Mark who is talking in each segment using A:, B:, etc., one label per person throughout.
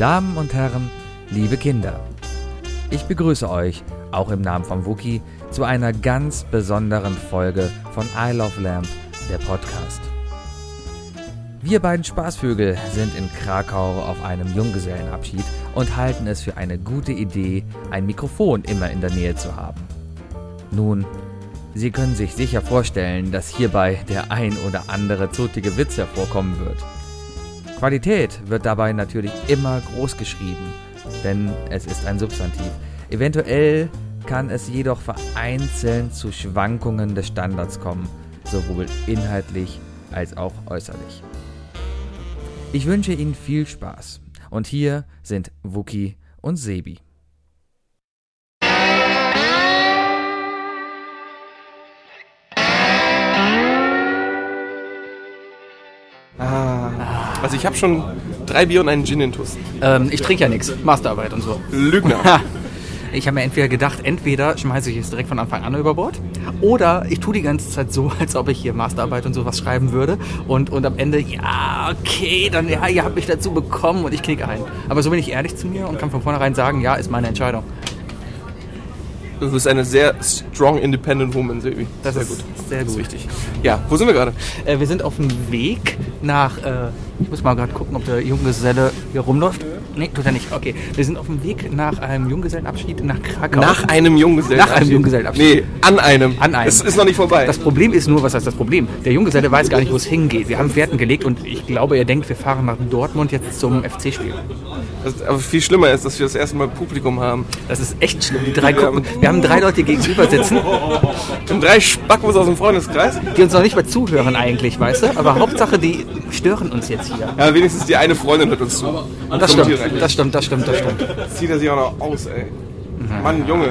A: Damen und Herren, liebe Kinder. Ich begrüße euch, auch im Namen von Wookie, zu einer ganz besonderen Folge von I Love Lamp, der Podcast. Wir beiden Spaßvögel sind in Krakau auf einem Junggesellenabschied und halten es für eine gute Idee, ein Mikrofon immer in der Nähe zu haben. Nun, Sie können sich sicher vorstellen, dass hierbei der ein oder andere zotige Witz hervorkommen wird. Qualität wird dabei natürlich immer groß geschrieben, denn es ist ein Substantiv. Eventuell kann es jedoch vereinzelt zu Schwankungen des Standards kommen, sowohl inhaltlich als auch äußerlich. Ich wünsche Ihnen viel Spaß. Und hier sind Wookie und Sebi.
B: Also ich habe schon drei Bier und einen Gin intus.
C: Ähm, ich trinke ja nichts, Masterarbeit und so.
B: Lügner.
C: Ich habe mir entweder gedacht, entweder schmeiße ich es direkt von Anfang an über Bord oder ich tue die ganze Zeit so, als ob ich hier Masterarbeit und sowas schreiben würde und, und am Ende, ja, okay, dann ja, ihr habt mich dazu bekommen und ich knicke ein. Aber so bin ich ehrlich zu mir und kann von vornherein sagen, ja, ist meine Entscheidung.
B: Du bist eine sehr strong independent woman, Sebi.
C: Das
B: sehr
C: ist
B: gut.
C: sehr
B: Das ist
C: gut.
B: wichtig. Ja, wo sind wir gerade?
C: Äh, wir sind auf dem Weg nach. Äh, ich muss mal gerade gucken, ob der Junggeselle hier rumläuft. Nee, tut er nicht. Okay. Wir sind auf dem Weg nach einem Junggesellenabschied nach Krakau.
B: Nach einem Junggesellenabschied.
C: Nach einem Junggesellenabschied.
B: Nee, an einem.
C: An einem.
B: Es ist noch nicht vorbei.
C: Das Problem ist nur, was heißt das Problem? Der Junggeselle weiß gar nicht, wo es hingeht. Wir haben Fährten gelegt und ich glaube, er denkt, wir fahren nach Dortmund jetzt zum FC-Spiel.
B: Das- Also, aber viel schlimmer ist, dass wir das erste Mal Publikum haben.
C: Das ist echt schlimm. Die drei gucken. Wir haben drei Leute gegenüber sitzen,
B: Und drei Spackos aus dem Freundeskreis.
C: die uns noch nicht mal zuhören eigentlich, weißt du? Aber Hauptsache, die stören uns jetzt hier.
B: Ja, wenigstens die eine Freundin hört uns zu. Und
C: Das stimmt, das stimmt, das stimmt, das stimmt.
B: zieht er sich auch noch aus, ey. Mann, Junge.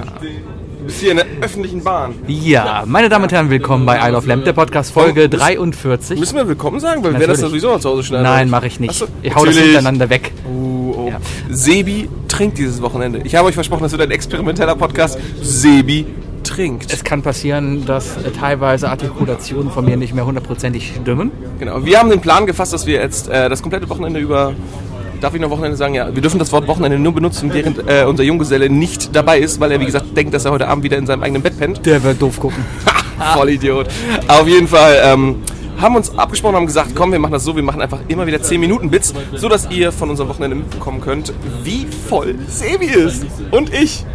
B: Du bist hier in der öffentlichen Bahn.
C: Ja, meine Damen und Herren, willkommen bei I Love Lamp, der Podcast Folge 43.
B: Oh. Müssen wir willkommen sagen? Weil wir das ja
C: Natürlich.
B: sowieso noch zu Hause schneiden.
C: Nein, mache ich
B: Ach
C: nicht.
B: so,
C: Ich hau das
B: natürlich.
C: hintereinander weg.
B: Uh, oh.
C: Ja.
B: Sebi trinkt dieses Wochenende. Ich habe euch versprochen, das wird ein experimenteller Podcast. Sebi trinkt.
C: Es kann passieren, dass äh, teilweise Artikulationen von mir nicht mehr hundertprozentig stimmen.
B: Genau. Wir haben den Plan gefasst, dass wir jetzt äh, das komplette Wochenende über. Darf ich noch Wochenende sagen? Ja, wir dürfen das Wort Wochenende nur benutzen, während äh, unser Junggeselle nicht dabei ist, weil er, wie gesagt, denkt, dass er heute Abend wieder in seinem eigenen Bett pennt.
C: Der wird doof gucken.
B: Voll Idiot. Auf jeden Fall ähm, haben uns abgesprochen, haben gesagt, komm, wir machen das so, wir machen einfach immer wieder 10 Minuten Bits, so dass ihr von unserem Wochenende mitbekommen könnt, wie voll Sebi ist und ich.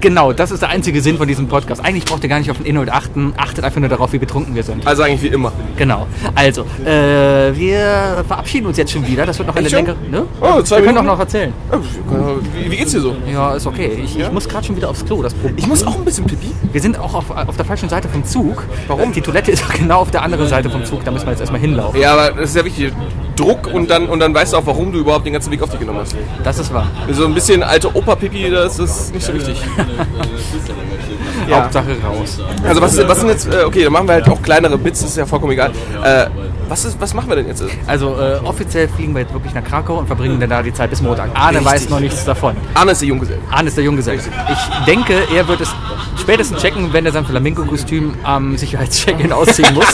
C: Genau, das ist der einzige Sinn von diesem Podcast. Eigentlich braucht ihr gar nicht auf den Inhalt achten. Achtet einfach nur darauf, wie betrunken wir sind.
B: Also eigentlich wie immer.
C: Genau. Also, äh, wir verabschieden uns jetzt schon wieder. Das wird noch eine
B: Echt schon?
C: längere. Ne?
B: Oh, zwei
C: wir können
B: Minuten?
C: auch noch erzählen.
B: Wie, wie geht's dir so?
C: Ja, ist okay. Ich,
B: Ja?
C: ich muss gerade schon wieder aufs Klo. Das Problem.
B: Ich muss auch ein bisschen pipi.
C: Wir sind auch auf, auf der falschen Seite vom Zug.
B: Warum?
C: Äh, Die Toilette ist genau auf der anderen Seite vom Zug. Da müssen wir jetzt erstmal hinlaufen.
B: Ja, aber das ist ja wichtig. Druck und dann, und dann weißt du auch, warum du überhaupt den ganzen Weg auf dich genommen hast.
C: Das ist wahr.
B: So ein bisschen alte Opa-Pipi, das ist nicht so wichtig. Ja.
C: Hauptsache raus.
B: Also was, ist, was sind jetzt, äh, okay, dann machen wir halt auch kleinere Bits, das ist ja vollkommen egal. Äh, was, ist, was machen wir denn jetzt?
C: Also äh, offiziell fliegen wir jetzt wirklich nach Krakau und verbringen dann da die Zeit bis Montag. Arne
B: Richtig.
C: weiß noch nichts davon.
B: Anne ist der Junggeselle.
C: Arne ist der Junggeselle. Ich denke, er wird es spätestens checken, wenn er sein Flamingo-Kostüm am Sicherheitscheck-In ausziehen muss.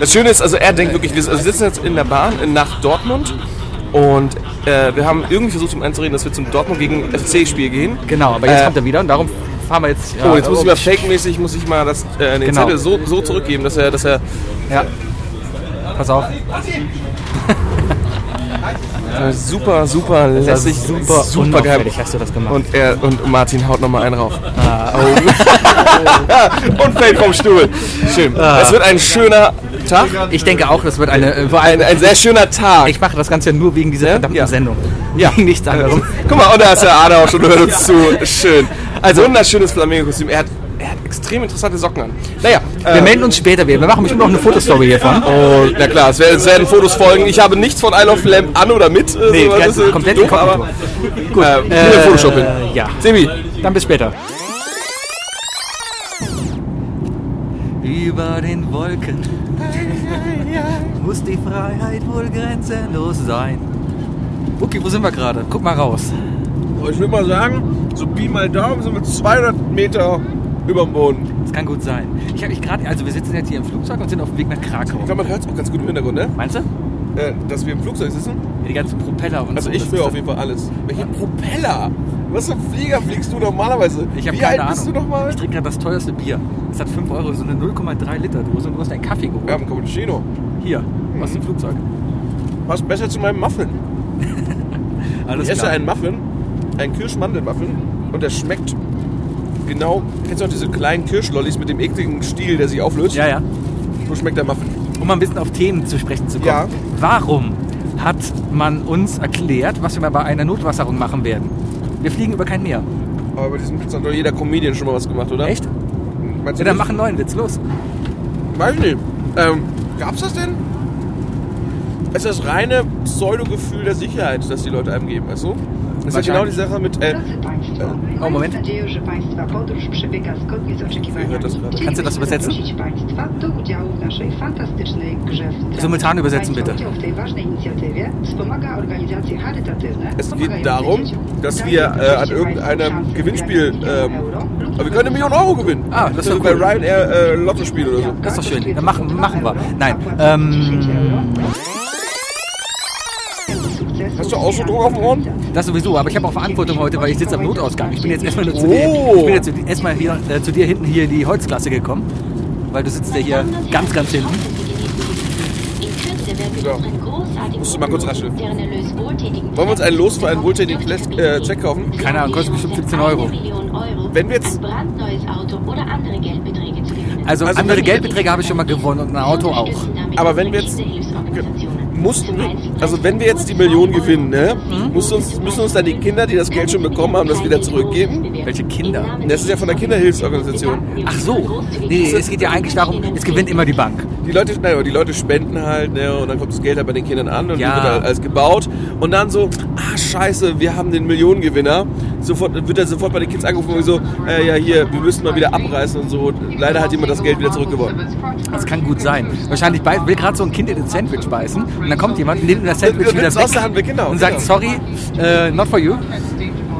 B: Das Schöne ist, also er denkt wirklich, wir also wir sitzen jetzt in der Bahn in- nach Dortmund und äh, wir haben irgendwie versucht, um einzureden, dass wir zum Dortmund gegen FC-Spiel gehen.
C: genau, aber jetzt
B: Äh.
C: kommt er wieder und darum fahren wir jetzt.
B: Oh, jetzt muss ich mal fake-mäßig muss ich mal das, äh, den
C: also Genau.
B: Zettel so, so zurückgeben, dass er, dass er
C: Ja. Pass auf.
B: äh, super, super
C: Das
B: lässig,
C: ist super,
B: super geil.
C: unauffällig hast du Ah, das gemacht.
B: Und, er, und Martin haut nochmal einen rauf. Oh. und fällt vom Stuhl. Schön.
C: Ah.
B: Es wird ein schöner Tag.
C: ich denke auch, das wird eine. Äh, vor allem,
B: Ein, ein sehr schöner Tag.
C: ich mache das Ganze ja nur wegen dieser verdammten
B: Ja.
C: Sendung.
B: Ja.
C: Wegen nichts anderem.
B: Guck mal, und da ist der Arne auch schon, hört uns zu. Schön. Also, wunderschönes Flamingo-Kostüm. Er hat, er hat extrem interessante Socken an. Naja, ähm,
C: Wir melden uns später wieder. Wir machen bestimmt noch eine Fotostory hiervon.
B: Und, Oh, na klar, es werden, es werden Fotos folgen. Ich habe nichts von I Love Lamp an oder mit. äh,
C: Nee,
B: so,
C: ganz-
B: äh,
C: komplett
B: doof,
C: inkognito.
B: aber gut. Äh, äh, Photoshop hin.
C: ja.
B: Sebi,
C: Dann bis später. Über den Wolken muss die Freiheit wohl grenzenlos sein. Okay, wo sind wir gerade? Guck mal raus.
B: Oh,
D: Ich würde mal sagen, so Pi mal Daumen sind wir 200 Meter über dem Boden.
C: Das kann gut sein. Ich habe mich gerade, also wir sitzen jetzt hier im Flugzeug und sind auf dem Weg nach Krakau.
B: ich glaube, man hört es auch ganz gut im Hintergrund, ne?
C: Meinst du?
B: Äh, dass wir im Flugzeug sitzen.
C: Die ganzen Propeller und
B: Also
C: so.
B: ich
C: das
B: höre
C: ist
B: auf jeden Fall alles. Welche Propeller? Was für ein Flieger fliegst du normalerweise?
C: Ich habe
B: Wie
C: keine
B: alt
C: Ahnung.
B: bist du nochmal?
C: Ich trinke gerade das teuerste Bier. Es hat 5 Euro, so eine 0,3 Liter Dose und du hast einen Kaffee geholt.
B: Wir haben Cappuccino.
C: Hier, aus dem Flugzeug.
B: Passt besser zu meinem Muffin.
C: Alles
B: Ich esse
C: klar.
B: einen Muffin, einen Kirschmandelmuffin und der schmeckt genau. Kennst du noch diese kleinen Kirschlollis mit dem ekligen Stiel, der sich auflöst?
C: Ja, ja.
B: So schmeckt der Muffin.
C: Um mal ein bisschen auf Themen zu sprechen zu kommen.
B: Ja.
C: Warum hat man uns erklärt, was wir mal bei einer Notwasserung machen werden? Wir fliegen über kein Meer.
B: Aber bei diesem Witz hat doch jeder Comedian schon mal was gemacht, oder?
C: Echt?
B: Meinst du
C: Ja, dann
B: nicht?
C: mach einen neuen Witz. Los.
B: Weiß ich nicht. Ähm, gab's das denn? Ist das reine Pseudo-Gefühl der Sicherheit, das die Leute einem geben, weißt du? Das ist ja genau die
C: Wahrscheinlich.
B: Sache mit. Äh,
E: Drodzy Państwo,
C: O,
E: mamy
C: moment.
E: nadzieję, że Państwa podróż przebiega zgodnie z oczekiwaniami.
B: Hört das gerade?
E: Chcielibyśmy
C: Kannst du das übersetzen?
E: zaprosić Państwa do udziału w naszej fantastycznej grze w trans.
C: Simultan übersetzen,
E: Państwa
C: bitte.
E: Udział w tej ważnej inicjatywie wspomaga organizacje charytatywne.
B: Es
E: pomagające
B: geht darum,
E: dzieciom.
B: dass
E: Daje
B: wir äh, an
E: oczywiście Państwu
B: irgendeinem
E: szansę
B: Gewinnspiel
E: wygrać
B: ähm,
E: milion euro lub
B: aber wir können eine Million Euro gewinnen.
C: Ah, das ist
B: Also
C: doch
B: bei
C: cool.
B: Ryanair äh, Lotto spielen oder so.
C: Das ist doch schön. Dann machen,
E: machen,
C: machen wir. Nein. Ähm,
E: Ähm,
B: Hast du auch so Druck auf den Ohren?
C: das sowieso, aber ich habe auch Verantwortung heute, weil ich sitze am Notausgang. Ich bin jetzt erstmal nur zu dir,
B: Oh.
C: ich bin jetzt zu- erstmal hier, äh, zu dir hinten hier in die Holzklasse gekommen. Weil du sitzt ja hier ganz, ganz hinten.
B: So.
F: So.
B: Musst du mal kurz rascheln. Wollen
F: Wollen wir
B: wir uns einen Los für einen wohltätigen Fleck, äh, Zweck kaufen?
C: Keine Ahnung, kostet bestimmt 17 Euro.
B: Wenn wir jetzt-
F: Ein brandneues Auto oder andere Geldbeträge zu gewinnen.
C: Also,
B: Also
C: andere
B: wenn-
C: Geldbeträge habe ich schon mal gewonnen und ein Auto auch.
F: Aber wenn wir jetzt mussten,
B: Mussten wir, also wenn wir jetzt die Million gewinnen, ne, müssen, uns, müssen uns dann die Kinder, die das Geld schon bekommen haben, das wieder zurückgeben?
C: Welche Kinder?
B: Das ist ja von der Kinderhilfsorganisation.
C: Ach so. Nee, es geht ja eigentlich darum, es gewinnt immer die Bank.
B: Die Leute, naja, die Leute spenden halt, ne, und dann kommt das Geld halt bei den Kindern an und
C: Ja.
B: dann wird halt alles gebaut. Und dann so, ah, scheiße, wir haben den Millionengewinner. Sofort, wird er sofort bei den Kids angerufen und so, äh, ja, hier, wir müssen mal wieder abreißen und so. Leider hat jemand das Geld wieder zurückgewonnen.
C: Das kann gut sein. Wahrscheinlich bei- will gerade so ein Kind in ein Sandwich beißen und dann kommt jemand und nimmt ihm das Sandwich
B: Und
C: wieder
B: nimmt's
C: weg
B: aus der Hand weg, genau,
C: und sagt,
B: genau.
C: sorry, äh, not for you,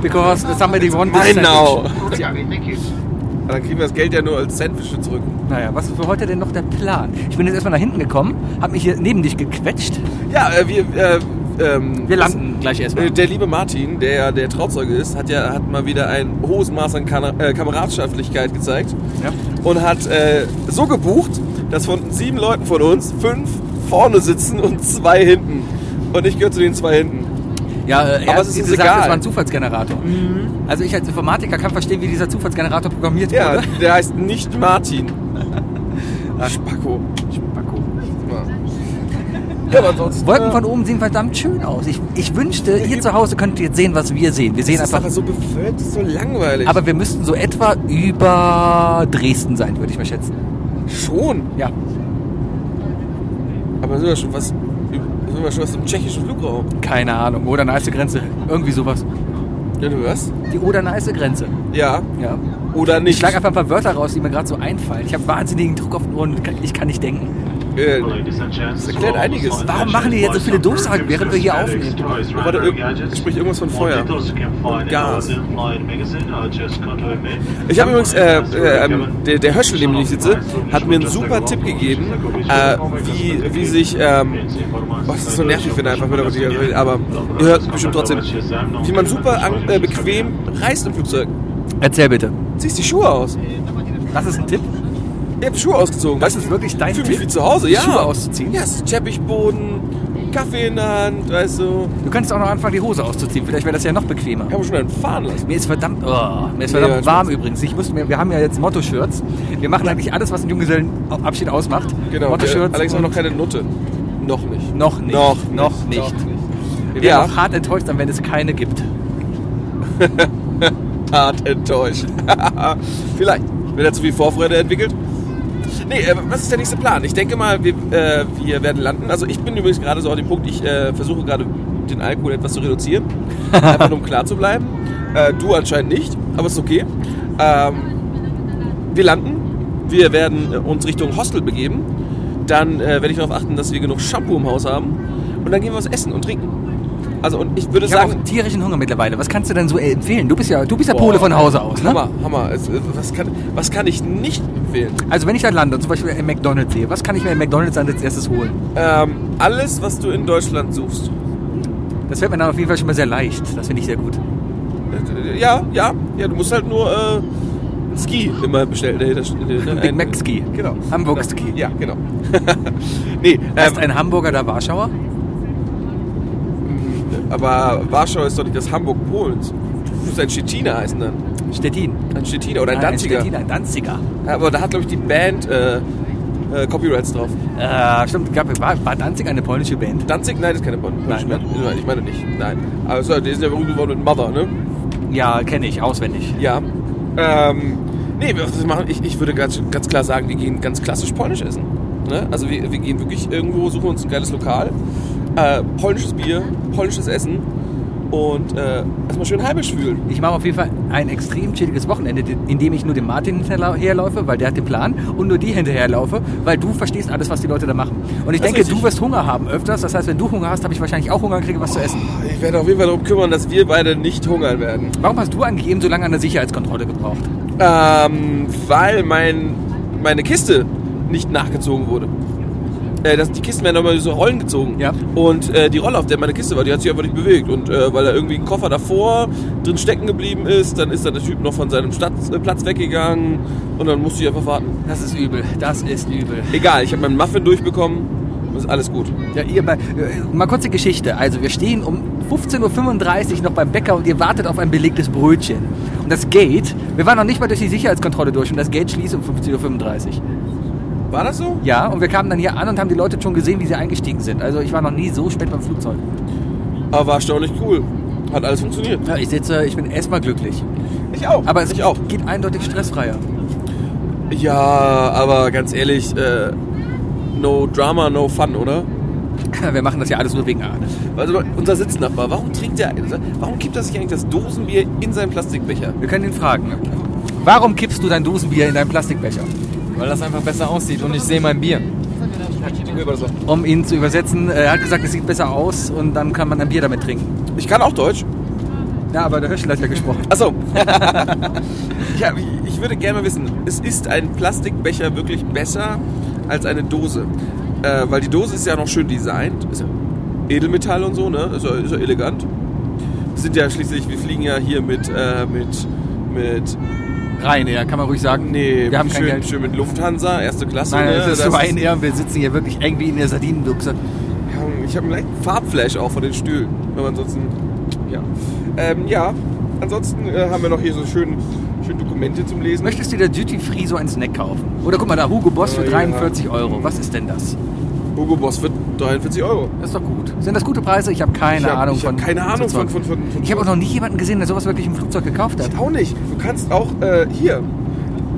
C: because somebody won this
B: Genau.
C: Sandwich.
B: Aber Dann kriegen wir das Geld ja nur als Sandwich zurück.
C: Naja, was ist für heute denn noch der Plan? Ich bin jetzt erstmal nach hinten gekommen, habe mich hier neben dich gequetscht.
B: Ja, äh, wir, äh, ähm,
C: Wir landen gleich
B: Äh,
C: erstmal.
B: Der liebe Martin, der ja der Trauzeuge ist, hat ja hat mal wieder ein hohes Maß an Kana äh, Kameradschaftlichkeit gezeigt
C: Ja.
B: und hat äh, so gebucht, dass von sieben Leuten von uns fünf vorne sitzen und zwei hinten. Und ich gehöre zu den zwei hinten.
C: Ja, äh, er
B: Aber
C: hat
B: es ist uns
C: gesagt,
B: egal. Mhm.
C: das war ein Zufallsgenerator. Also ich als Informatiker kann verstehen, wie dieser Zufallsgenerator programmiert
B: Ja,
C: wurde.
B: der heißt nicht Martin. Spacko. Ja, aber ansonsten.
C: Wolken von
B: äh,
C: oben sehen verdammt schön aus. Ich, ich wünschte, ihr zu Hause könntet jetzt sehen, was wir sehen. Wir sehen
B: das ist
C: einfach
B: aber so bevölkert, das ist so langweilig.
C: Aber wir müssten so etwa über Dresden sein, würde ich mal schätzen.
B: schon.
C: Ja.
B: Aber sind wir schon was, sind wir schon was im tschechischen Flugraum?
C: Keine Ahnung. Oder neiße Grenze. Irgendwie sowas.
B: Ja, du hörst?
C: Die oder neiße Grenze.
B: Ja.
C: Ja.
B: Oder
C: Ich
B: nicht.
C: schlage einfach ein paar Wörter raus, die mir gerade so einfallen. Ich habe wahnsinnigen Druck auf den Ohren. und kann- Ich kann nicht denken.
B: Äh,
G: Das erklärt einiges.
C: Warum machen die jetzt so viele Durchsagen, während wir hier aufnehmen?
G: Oh,
B: warte, irg- sprich irgendwas von Feuer.
G: Und
B: Gas.
G: Gas.
B: Ich habe übrigens, äh, äh, ähm, der, der Höschel, dem ich sitze, hat mir einen super Tipp gegeben, äh, wie, wie sich, ähm, oh, das ist so nervig, wenn er einfach wieder reden, aber ihr hört bestimmt trotzdem, wie man super an, äh, bequem reist im Flugzeug.
C: Erzähl bitte.
B: Ziehst die Schuhe aus.
C: Das ist ein Tipp.
B: Ich habe Schuhe ausgezogen.
C: Das ist wirklich dein
B: Ich fühle mich
C: Tipp?
B: wie zu Hause, ja.
C: Schuhe auszuziehen?
B: Ja, es ist Teppichboden, Kaffee in der Hand, weißt du.
C: Du könntest auch noch anfangen, die Hose auszuziehen. Vielleicht wäre das ja noch bequemer.
B: Ich habe schon einen fahren lassen.
C: Mir ist verdammt, oh, mir ist
B: Nee,
C: verdammt
B: ja,
C: warm übrigens. Ich muss mir, wir haben ja jetzt Motto-Shirts. Wir machen eigentlich alles, was einen Junggesellenabschied ausmacht.
B: Genau, der
C: Motto-Shirts.
B: Alex hat
C: und-
B: noch keine Nutte. Noch nicht.
C: Noch nicht.
B: Noch
C: Noch
B: nicht.
C: nicht. Wir
B: Ja.
C: werden auch hart enttäuscht sein, wenn es keine gibt.
B: hart enttäuscht. Vielleicht, wenn er zu viel Vorfreude entwickelt. Nee, äh, was ist der nächste Plan? Ich denke mal, wir, äh, wir werden landen. Also ich bin übrigens gerade so an dem Punkt, ich äh, versuche gerade den Alkohol etwas zu reduzieren, einfach nur um klar zu bleiben. Äh, du anscheinend nicht, aber ist okay. Ähm, wir landen, wir werden äh, uns Richtung Hostel begeben. Dann äh, werde ich darauf achten, dass wir genug Shampoo im Haus haben. Und dann gehen wir was essen und trinken. Also und ich würde
C: Ich habe
B: sagen,
C: auch tierischen Hunger mittlerweile. Was kannst du denn so äh, empfehlen? Du bist ja, du bist ja
B: Boah.
C: Pole von Hause aus, ne?
B: Hammer, Hammer. Es- es- Was kann, was kann ich nicht empfehlen?
C: Also wenn ich da lande und zum Beispiel ein McDonalds sehe, was kann ich mir in McDonalds dann als erstes holen?
B: Ähm, alles, was du in Deutschland suchst.
C: Das fällt mir dann auf jeden Fall schon mal sehr leicht. Das finde ich sehr gut.
B: Äh, Ja, ja, ja, du musst halt nur äh, ein Ski immer bestellen. Nee, das, äh,
C: Ein Big Mac Ski.
B: Genau.
C: Hamburg Ski.
B: Ja, genau. nee,
C: Heißt
B: ähm,
C: ein Hamburger da Warschauer?
B: aber Warschau ist doch nicht das Hamburg Polens. Das muss ein Stettiner heißen dann.
C: Stettin.
B: Ein Stettiner oder ein
C: Ah,
B: Danziger.
C: Stettin, ein Danziger.
B: Aber da hat, glaube ich, die Band äh, äh, Copyrights drauf.
C: Äh, stimmt, gab, war, war Danzig eine polnische Band?
B: Danzig? Nein, das ist keine Band.
C: Nein. ne?
B: Nein, ich meine nicht. Nein. Aber es war- die sind ja berühmt geworden mit Mother, ne?
C: Ja, kenne ich, auswendig.
B: Ja. Ähm, nee, wir- was machen, ich, ich würde ganz, ganz klar sagen, wir gehen ganz klassisch polnisch essen. Ne? Also wir, wir gehen wirklich irgendwo, suchen uns ein geiles Lokal, äh, polnisches Bier, polnisches Essen und äh, erstmal schön heimisch fühlen.
C: Ich mache auf jeden Fall ein extrem chilliges Wochenende, in dem ich nur dem Martin hinterherlaufe, weil der hat den Plan, und nur dir hinterherlaufe, weil du verstehst alles, was die Leute da machen. Und ich
B: Das ist
C: denke,
B: richtig.
C: du wirst Hunger haben öfters. Das heißt, wenn du Hunger hast, habe ich wahrscheinlich auch Hunger und kriege was zu essen.
B: Ich werde auf jeden Fall darum kümmern, dass wir beide nicht hungern werden.
C: Warum hast du eigentlich eben so lange an der Sicherheitskontrolle gebraucht?
B: Ähm, weil mein, meine Kiste nicht nachgezogen wurde. Äh, das, die Kisten werden nochmal so Rollen gezogen.
C: Ja.
B: Und äh, die Rolle, auf der meine Kiste war, die hat sich einfach nicht bewegt. Und äh, weil da irgendwie ein Koffer davor drin stecken geblieben ist, dann ist dann der Typ noch von seinem Stadt, äh, Platz weggegangen und dann musste ich einfach warten.
C: Das ist übel. Das ist übel.
B: Egal, ich habe meinen Muffin durchbekommen. und Ist alles gut.
C: Ja, ihr bei, äh, mal kurze Geschichte. Also wir stehen um 15.35 Uhr noch beim Bäcker und ihr wartet auf ein belegtes Brötchen. Und das Gate, wir waren noch nicht mal durch die Sicherheitskontrolle durch und das Gate schließt um 15.35 Uhr.
B: War das so?
C: Ja, und wir kamen dann hier an und haben die Leute schon gesehen, wie sie eingestiegen sind. Also ich war noch nie so spät beim Flugzeug.
B: Aber war erstaunlich cool. Hat alles funktioniert.
C: Ja, ich sitze, ich bin erstmal glücklich.
B: Ich auch.
C: Aber es
B: ich auch.
C: geht eindeutig stressfreier.
B: Ja, aber ganz ehrlich, äh, no drama, no fun, oder?
C: Wir machen das ja alles nur wegen Arne.
B: Also unser Sitznachbar, warum trinkt der, warum kippt er sich eigentlich das Dosenbier in seinen Plastikbecher?
C: Wir können ihn fragen. Warum kippst du dein Dosenbier in deinen Plastikbecher?
H: Weil das einfach besser aussieht und ich sehe mein Bier.
C: Um ihn zu übersetzen, er hat gesagt, es sieht besser aus und dann kann man ein Bier damit trinken.
B: Ich kann auch Deutsch.
C: Ja, aber der Höschel hat ja gesprochen.
B: Achso. ja, ich würde gerne mal wissen, es ist ein Plastikbecher wirklich besser als eine Dose? Äh, weil die Dose ist ja noch schön designt. Ist ja Edelmetall und so, ne? Ist ja, ist ja elegant. Sind ja schließlich, wir fliegen ja hier mit, äh, mit, mit,
C: Rein, ja, kann man ruhig sagen.
B: nee,
C: wir haben
B: schön,
C: kein Geld.
B: schön mit Lufthansa, erste Klasse.
C: Nein,
B: ne?
C: das ist
B: Das-
C: Ryanair und wir sitzen hier wirklich irgendwie in der Sardinenbüchse.
B: Ich habe einen leichten Farbflash auch von den Stühlen. Aber ansonsten, ja. Ähm, ja, ansonsten äh, haben wir noch hier so schön, schön Dokumente zum Lesen.
C: Möchtest du dir Duty Free so einen Snack kaufen? Oder guck mal, da Hugo Boss für
B: Oh, ja.
C: 43 Euro. Was ist denn das?
B: Hugo Boss wird 43 Euro.
C: Das ist doch gut. Sind das gute Preise? Ich habe keine
B: Ich hab-
C: Ahnung
B: ich hab
C: von.
B: keine
C: so
B: Ahnung von-
C: Zeug.
B: von- von- von-
C: ich habe auch noch nie jemanden gesehen, der sowas wirklich im Flugzeug gekauft hat.
B: Ich auch nicht. Du kannst auch äh, hier.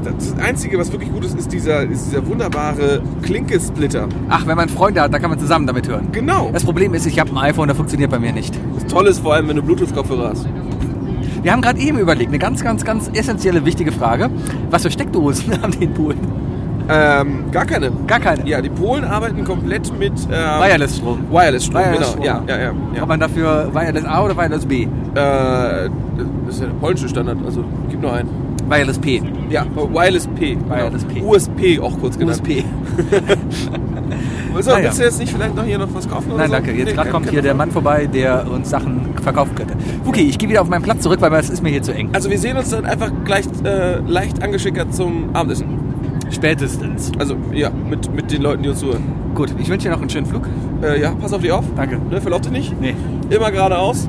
B: Das Einzige, was wirklich gut ist, ist dieser, ist dieser wunderbare Klinke-Splitter.
C: Ach, wenn man Freunde hat, dann kann man zusammen damit hören.
B: Genau.
C: Das Problem ist, ich habe ein iPhone, das funktioniert bei mir nicht.
B: Das Tolle ist vor allem, wenn du Bluetooth-Kopfhörer hast.
C: Wir haben gerade eben überlegt, eine ganz, ganz, ganz essentielle, wichtige Frage. Was für Steckdosen haben die in Polen?
B: Ähm, gar keine.
C: Gar keine.
B: Ja, die Polen arbeiten komplett mit ähm,
C: Wireless-Strom.
B: Wireless-Strom,
C: Wireless-Strom.
B: genau. Ja, ja, ja. ja.
C: Braucht man dafür Wireless A oder Wireless B?
B: Äh, das ist ja der polnische Standard, also gib nur einen.
C: Wireless P.
B: Ja, Wireless P. genau.
C: Wireless P.
B: USP auch kurz genannt.
C: USP.
B: So,
C: Naja.
B: willst du jetzt nicht vielleicht noch hier noch was kaufen? oder
C: Ah, Nein,
B: so?
C: danke. Jetzt
B: Nee,
C: gerade
B: kein-
C: kommt
B: kein-
C: hier der Mann vorbei, der uns Sachen verkaufen könnte. Okay, ich gehe wieder auf meinen Platz zurück, weil es ist mir hier zu eng.
B: Also wir sehen uns dann einfach gleich äh, leicht angeschickert zum Abendessen.
C: Spätestens.
B: Also ja, mit, mit den Leuten, die uns zuhören.
C: Gut, ich wünsche dir noch einen schönen Flug.
B: Äh, ja, pass auf dich auf.
C: Danke.
B: Ne, verlauf dich nicht.
C: Nee.
B: Immer geradeaus.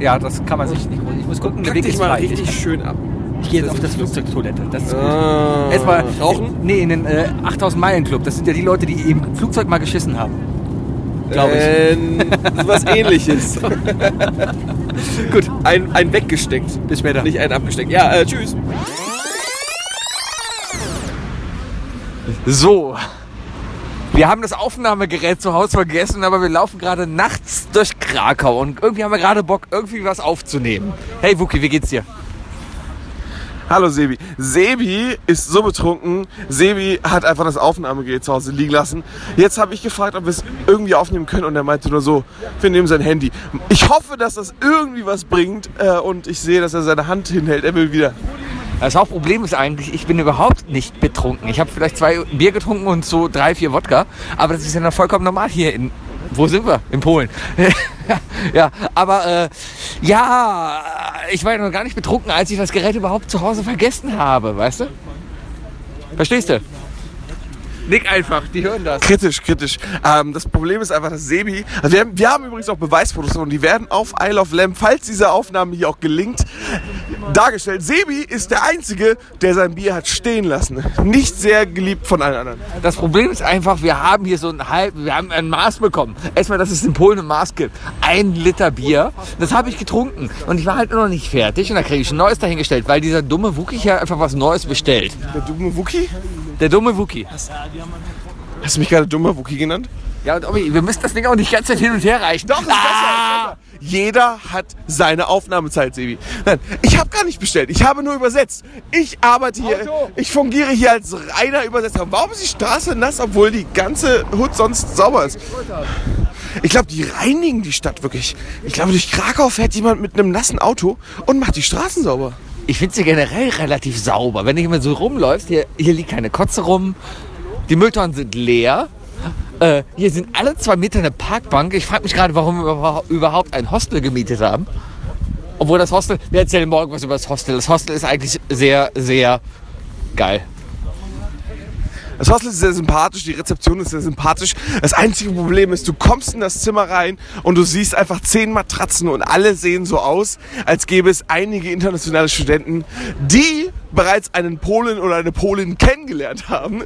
C: Ja, das kann man sich nicht. Ich muss gucken, der
B: Kack
C: Weg
B: dich
C: ist
B: mal
C: frei.
B: richtig
C: Ich,
B: schön ab.
C: ich gehe jetzt auf das Flugzeugtoilette. Das ist gut.
B: Ah,
C: Erstmal
B: rauchen?
C: Nee, in den äh, 8000 Meilen Club. Das sind ja die Leute, die im Flugzeug mal geschissen haben. Glaube ich.
B: Ähm, was ähnliches.
C: Gut.
B: Ein, ein weggesteckt.
C: Bis später.
B: Nicht einen abgesteckt. Ja, äh, tschüss.
H: So,
C: Wir haben das Aufnahmegerät zu Hause vergessen, aber wir laufen gerade nachts durch Krakau und irgendwie haben wir gerade Bock, irgendwie was aufzunehmen. Hey Wuki, wie geht's dir?
I: Hallo Sebi. Sebi ist so betrunken. Sebi hat einfach das Aufnahmegerät zu Hause liegen lassen. Jetzt habe ich gefragt, ob wir es irgendwie aufnehmen können und er meinte nur so, wir nehmen sein Handy. Ich hoffe, dass das irgendwie was bringt äh, und ich sehe, dass er seine Hand hinhält. Er will wieder.
C: Das Hauptproblem ist eigentlich, ich bin überhaupt nicht betrunken. Ich habe vielleicht zwei Bier getrunken und so drei, vier Wodka, aber das ist ja noch vollkommen normal hier in. Wo sind wir? In Polen. ja, aber äh, ja, ich war ja noch gar nicht betrunken, als ich das Gerät überhaupt zu Hause vergessen habe, weißt du? Verstehst du? Nick einfach, die hören das.
B: Kritisch, kritisch. Ähm, das Problem ist einfach, dass Sebi. Also wir, haben, wir haben übrigens auch Beweisfotos und die werden auf Isle of Lamb, falls diese Aufnahme hier auch gelingt, dargestellt. Sebi ist der Einzige, der sein Bier hat stehen lassen. Nicht sehr geliebt von allen anderen.
C: Das Problem ist einfach, wir haben hier so ein halb, wir haben ein Maß bekommen. Erstmal, dass es in Polen ein Maß gibt. Ein Liter Bier, das habe ich getrunken. Und ich war halt noch nicht fertig und da kriege ich ein neues dahingestellt, weil dieser dumme Wookie hier einfach was Neues bestellt.
B: Der dumme Wookie?
C: Der dumme Wookie.
B: Hast du mich gerade dummer Wookie genannt?
C: Ja, und Obi, wir müssen das Ding auch nicht ganz hin und her reichen.
B: Doch, ist besser, ist besser. Jeder hat seine Aufnahmezeit, Sebi. Nein, ich habe gar nicht bestellt. Ich habe nur übersetzt. Ich arbeite hier. Ich fungiere hier als reiner Übersetzer. Warum ist die Straße nass, obwohl die ganze Hut sonst sauber ist? Ich glaube, die reinigen die Stadt wirklich. Ich glaube, durch Krakau fährt jemand mit einem nassen Auto und macht die Straßen sauber.
C: Ich finde sie generell relativ sauber. Wenn du immer so rumläufst, hier, hier liegt keine Kotze rum, die Mülltonnen sind leer. Äh, hier sind alle zwei Meter eine Parkbank. Ich frage mich gerade, warum wir überha- überhaupt ein Hostel gemietet haben. Obwohl das Hostel, wir erzählen morgen was über das Hostel. Das Hostel ist eigentlich sehr, sehr geil.
B: Das Hostel ist sehr sympathisch, die Rezeption ist sehr sympathisch. Das einzige Problem ist, du kommst in das Zimmer rein und du siehst einfach zehn Matratzen und alle sehen so aus, als gäbe es einige internationale Studenten, die bereits einen Polen oder eine Polin kennengelernt haben.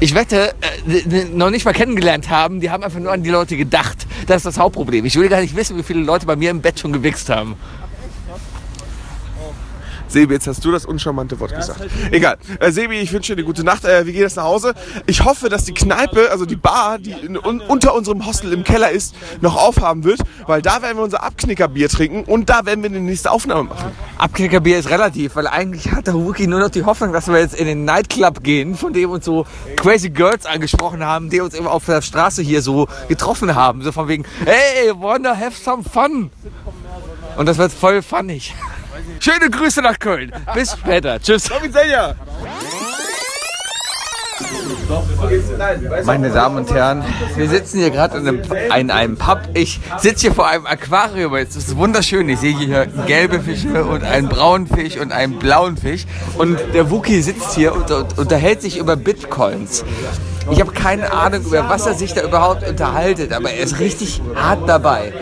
C: Ich wette, äh, die- die noch nicht mal kennengelernt haben, die haben einfach nur an die Leute gedacht. Das ist das Hauptproblem. Ich will gar nicht wissen, wie viele Leute bei mir im Bett schon gewichst haben.
B: Sebi, jetzt hast du das uncharmante Wort gesagt. Egal. Äh, Sebi, ich wünsche dir eine gute Nacht. Äh, wir gehen jetzt nach Hause. Ich hoffe, dass die Kneipe, also die Bar, die in, un, unter unserem Hostel im Keller ist, noch aufhaben wird, weil da werden wir unser Abknickerbier trinken und da werden wir die nächste Aufnahme machen.
C: Abknickerbier ist relativ, weil eigentlich hat der Wookie nur noch die Hoffnung, dass wir jetzt in den Nightclub gehen, von dem uns so Crazy Girls angesprochen haben, die uns immer auf der Straße hier so getroffen haben. So von wegen, hey, wanna have some fun? Und das wird voll funnig. Schöne Grüße nach Köln. Bis später. Tschüss. Meine Damen und Herren, wir sitzen hier gerade in einem, in einem Pub. Ich sitze hier vor einem Aquarium. Es ist wunderschön. Ich sehe hier gelbe Fische und einen braunen Fisch und einen blauen Fisch. Und der Wookie sitzt hier und, und unterhält sich über Bitcoins. Ich habe keine Ahnung, über was er sich da überhaupt unterhaltet, aber er ist richtig hart dabei.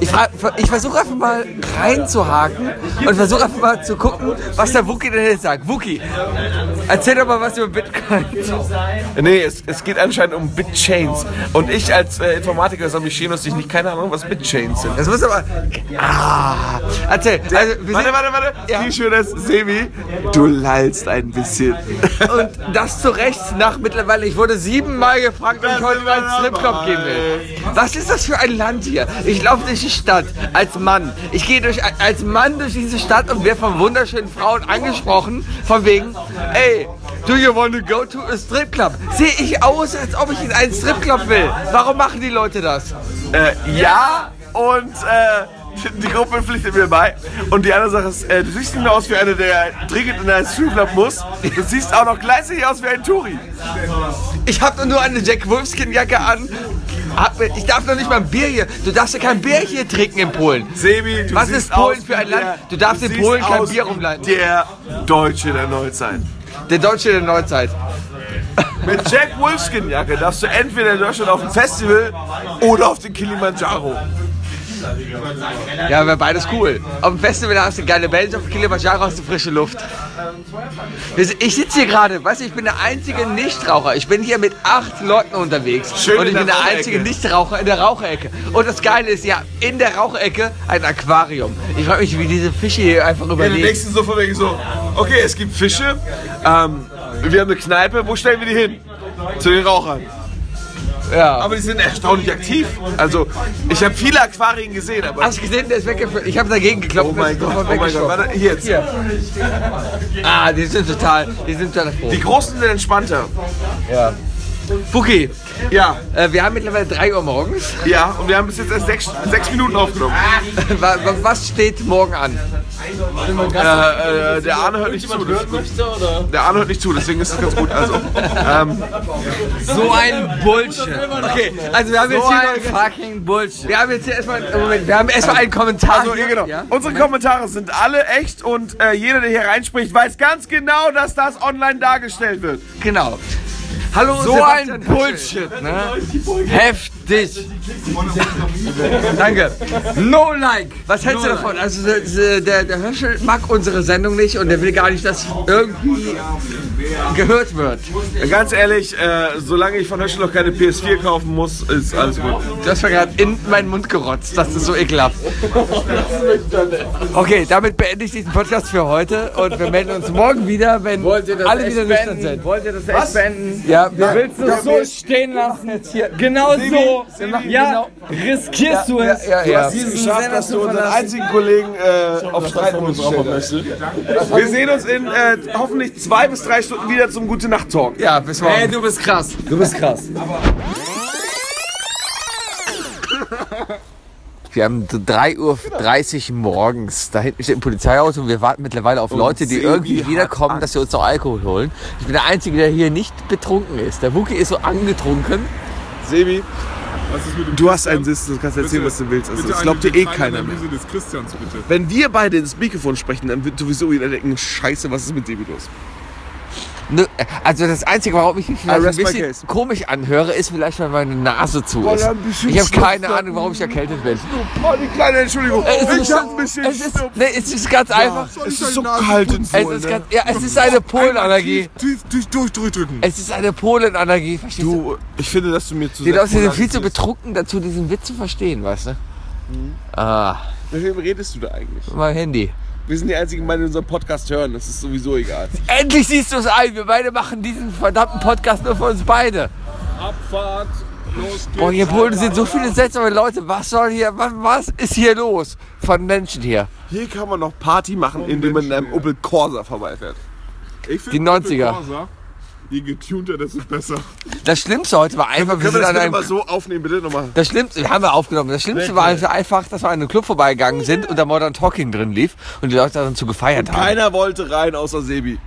C: Ich, fra- ich versuche einfach mal reinzuhaken und versuche einfach mal zu gucken, was der Wookie denn jetzt sagt. Wookie, erzähl doch mal was über Bitcoins.
B: Nee, es, es geht anscheinend um Bitchains. Und ich als äh, Informatiker soll mich schämen, dass ich nicht keine Ahnung, was Bitchains sind.
C: Das muss aber. Ah, erzähl. Also, wir
B: Warte, warte, warte.
C: Ja.
B: Wie schön ist, Sebi, du lallst ein bisschen.
C: sind, und das zu Recht nach mittlerweile. Ich wurde siebenmal gefragt, ob ich heute in einen Stripclub gehen will. Was ist das für ein Land hier? Ich laufe durch die Stadt als Mann. Ich gehe durch, als Mann durch diese Stadt und werde von wunderschönen Frauen angesprochen. Von wegen, ey, do you want to go to a Stripclub? Sehe ich aus, als ob ich in einen Stripclub will. Warum machen die Leute das?
B: Äh, ja, und äh, die Gruppe pflichtet mir bei. Und die andere Sache ist, äh, du siehst nicht nur aus wie einer, der dringend in einen Stripclub muss. Du siehst auch noch gleichzeitig aus wie ein Touri.
C: Ich hab doch nur eine Jack Wolfskin Jacke an. Hab mir- Ich darf noch nicht mal ein Bier hier. Du darfst ja kein Bier hier trinken in Polen.
B: Sebi, du
C: Was
B: siehst
C: ist Polen
B: aus
C: für ein
B: wie
C: Land?
B: der-
C: Du darfst in
B: siehst
C: Polen kein
B: aus
C: Bier
B: wie
C: rumleiten.
B: Der Deutsche der Neuzeit.
C: Der Deutsche der Neuzeit.
B: Mit Jack Wolfskin-Jacke darfst du entweder in Deutschland auf ein Festival oder auf den Kilimanjaro.
C: Ja, wäre beides cool. Auf dem Festival hast du geile Bands, auf dem Kilimanjaro hast du frische Luft. Wir si- Ich sitze hier gerade, weißt du, ich bin der einzige Nichtraucher. Ich bin hier mit acht Leuten unterwegs.
B: Schön
C: und
B: in
C: ich
B: der
C: bin der
B: Raucherecke.
C: einzige Nichtraucher in der Raucherecke. Und das Geile ist ja, in der Raucherecke ein Aquarium. Ich frage mich, wie diese Fische hier einfach
B: In den
C: überleben.
B: nächsten so von wegen so, okay, es gibt Fische, ähm, wir haben eine Kneipe, wo stellen wir die hin? Zu den Rauchern.
C: Ja.
B: Aber die sind erstaunlich aktiv. Also, ich habe viele Aquarien gesehen, aber...
C: Hast du gesehen, der ist weggeführt. Ich habe dagegen geklopft.
B: Oh
C: der
B: mein
C: ist
B: Gott, oh
C: sofort
B: mein Gott,
C: weggeschoben.
B: warte, jetzt.
C: Hier. Ah, die sind total, die sind total froh.
B: Die Großen sind entspannter.
C: Ja. Fuki,
B: Ja,
C: äh, wir haben mittlerweile 3 Uhr morgens.
B: ja, und wir haben bis jetzt erst sechs, sechs Minuten aufgenommen.
C: Wa- wa- Was steht morgen an?
B: Äh, äh, der Arne hört nicht zu. Der Arne hört nicht zu, deswegen ist es ganz gut. Also, ähm,
C: So ein Bullshit. Okay, also wir haben jetzt hier noch fucking Bullshit. Wir haben jetzt hier erstmal, äh, Moment, wir haben erstmal einen Kommentar.
B: also ja,
C: hier.
B: genau.
C: Ja?
B: Unsere Kommentare sind alle echt und äh, jeder, der hier reinspricht, weiß ganz genau, dass das online dargestellt wird.
C: Genau. Hallo, so ein Bullshit, ne? Heftig. Danke. No like. Was hältst du davon? Also äh, äh, der, der Höschel mag unsere Sendung nicht und der will gar nicht, dass irgendwie gehört wird.
B: Ganz ehrlich, äh, solange ich von Höschel noch keine PS4 kaufen muss, ist alles gut.
C: Du hast mir gerade in meinen Mund gerotzt. Das ist so ekelhaft. Okay, damit beende ich diesen Podcast für heute und wir melden uns morgen wieder, wenn alle wieder nüchtern sind.
J: Wollt ihr das echt beenden?
C: Ja, wir
J: Willst du es so stehen lassen jetzt hier? Genau so.
B: genau.
J: ja, riskierst du es.
C: ja, ja.
B: Es ist geschafft, dass du unseren einzigen Kollegen äh, auf Streit rumgeschraubt hast. Wir sehen uns in äh, hoffentlich zwei bis drei Stunden wieder zum Gute-Nacht-Talk.
C: ja, bis morgen.
J: Ey, du bist krass. Du bist krass.
C: Wir haben 3.30 Uhr morgens. Da hinten steht ein Polizeiauto und wir warten mittlerweile auf Leute, die irgendwie wiederkommen, dass sie uns noch Alkohol holen. Ich bin der Einzige, der hier nicht betrunken ist. Der Wookie ist so angetrunken.
B: Sebi, du hast einen Sitz, du kannst erzählen, was du willst. Also, das glaubt dir eh keiner mehr. Wenn wir beide ins Mikrofon sprechen, dann wird sowieso jeder denken, scheiße, was ist mit Sebi los?
C: Ne, Also das Einzige, warum ich mich vielleicht
B: I
C: ein
B: rest my
C: bisschen
B: case.
C: komisch anhöre, ist vielleicht, weil meine Nase zu
B: Weil
C: ist.
B: er ein bisschen
C: Ich habe keine
B: schnupft hat.
C: Ahnung, warum ich erkältet bin.
B: Oh, die kleine Entschuldigung. ich hab ein bisschen
C: es ist,
B: Schnupfen.
C: nee, es ist ganz einfach.
B: Es ist so kalt in
C: ne?
B: ne?
C: Es ist, ganz, ja, es ist eine Polenallergie.
B: durchdrücken.
C: Es ist eine Polenallergie, verstehst du?
B: Du, ich finde, dass du mir zu
C: Die
B: sehr
C: Leute sind viel
B: polarisierst.
C: zu betrunken dazu, diesen Witz zu verstehen, weißt du? Ah,
B: Mit wem redest du da eigentlich?
C: mein Handy.
B: Wir sind die einzigen beiden, die unseren Podcast hören. Das ist sowieso egal.
C: Endlich siehst du es ein. Wir beide machen diesen verdammten Podcast nur für uns beide. Abfahrt, los geht's. Boah, hier in Polen sind so viele seltsame Leute. Was soll hier, was, was ist hier los von Menschen hier?
B: Hier kann man noch Party machen, indem man in einem Opel Corsa vorbeifährt.
C: Die 90er.
K: Je getunter, desto besser.
C: Das Schlimmste heute war einfach, wir
B: Können
C: sind
B: wir das
C: an
B: bitte
C: einem... Hm.
B: mal so aufnehmen, bitte nochmal?
C: Das Schlimmste, haben wir aufgenommen. Das Schlimmste war einfach, dass wir an einem Club vorbeigegangen sind und da Modern Talking drin lief und die Leute daran zu gefeiert haben.
B: Keiner wollte rein, außer Sebi.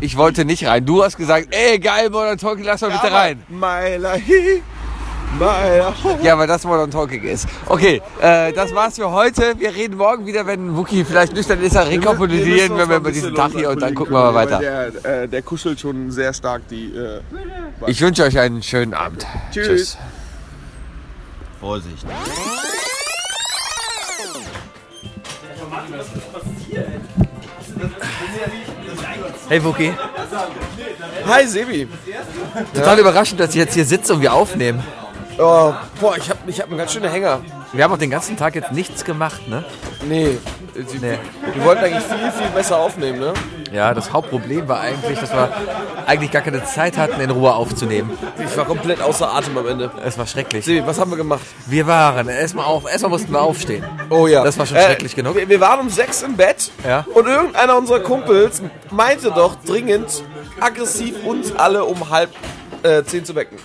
C: Ich wollte nicht rein. Du hast gesagt, ey, geil, Modern Talking, lass mal bitte rein.
B: Meiler hi, Meiler ho.
C: Ja, weil das Modern Talking ist. Okay, äh, das war's für heute. Wir reden morgen wieder, wenn Wookie vielleicht nüchtern ist, dann rekapitulieren
B: müssen uns
C: wir, wir
B: mal
C: über
B: ein bisschen
C: diesen Tag hier
B: los
C: und dann
B: erkundigen
C: gucken wir mal
B: können,
C: weiter.
B: weil Der, äh, der kuschelt schon sehr stark die. Äh,
C: Ich wünsche euch einen schönen Abend.
B: Tschüss.
L: Vorsicht.
C: Hey Wookie,
B: Hi Sebi.
C: total überraschend, dass ich jetzt hier sitze und wir aufnehmen.
B: Oh, boah, ich hab, ich hab einen ganz schönen Hänger.
C: Wir haben auch den ganzen Tag jetzt nichts gemacht, ne?
B: Nee.
C: Nee.
B: Wir wollten eigentlich viel, viel besser aufnehmen, ne?
C: Ja, das Hauptproblem war eigentlich, dass wir eigentlich gar keine Zeit hatten, in Ruhe aufzunehmen.
B: Ich war komplett außer Atem am Ende.
C: Es war schrecklich.
B: Sebi, was haben wir gemacht?
C: Wir waren erstmal auf, erstmal mussten wir aufstehen.
B: Oh ja.
C: Das war schon schrecklich genug.
B: Wir, wir waren um sechs im Bett
C: Ja.
B: und irgendeiner unserer Kumpels meinte doch dringend aggressiv uns alle um halb äh, zehn zu wecken.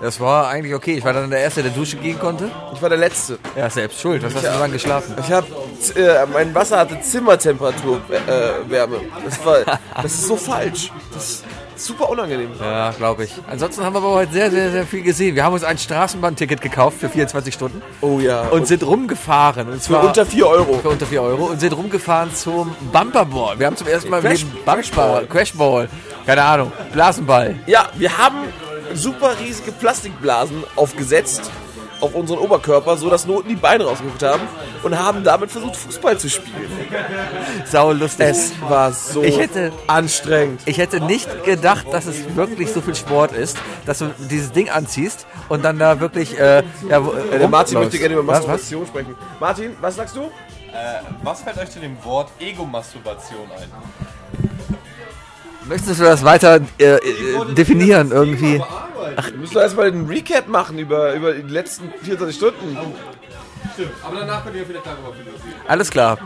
C: Das war eigentlich okay. Ich war dann der Erste, der Dusche gehen konnte.
B: Ich war der Letzte.
C: Ja, selbst schuld. Was hast du so lange geschlafen?
B: Ich hab, z- äh, mein Wasser hatte Zimmertemperatur, äh, Wärme. Das, war, das ist so falsch. Das ist super unangenehm.
C: Ja, glaube ich. Ansonsten haben wir aber heute sehr, sehr, sehr viel gesehen. Wir haben uns ein Straßenbahnticket gekauft für 24 Stunden
B: Oh ja.
C: und sind rumgefahren. Und
B: für
C: zwar
B: unter 4 Euro.
C: für unter 4 Euro und sind rumgefahren zum Bumperball. Wir haben zum ersten Mal im
B: Crash-
C: Leben Bumperball, Crashball, keine Ahnung, Blasenball.
B: Ja, wir haben super riesige Plastikblasen aufgesetzt auf unseren Oberkörper, so dass Noten die Beine rausgeguckt haben und haben damit versucht, Fußball zu spielen.
C: Sau lustig.
B: Es war so
C: Ich hätte-
B: anstrengend.
C: Ich hätte nicht gedacht, dass es wirklich so viel Sport ist, dass du dieses Ding anziehst und dann da wirklich. Äh, ja, wo- äh,
B: Der Martin
C: rumläufst.
B: möchte gerne über
C: Was, was?
B: Masturbation sprechen. Martin, was sagst du?
L: Was fällt euch zu dem Wort Ego-Masturbation ein?
C: Möchtest du das weiter äh, äh, definieren irgendwie?
B: Wir müssen erstmal einen Recap machen über, über die letzten 24 Stunden.
M: Aber danach könnt ihr wieder darüber philosophieren.
B: Alles klar.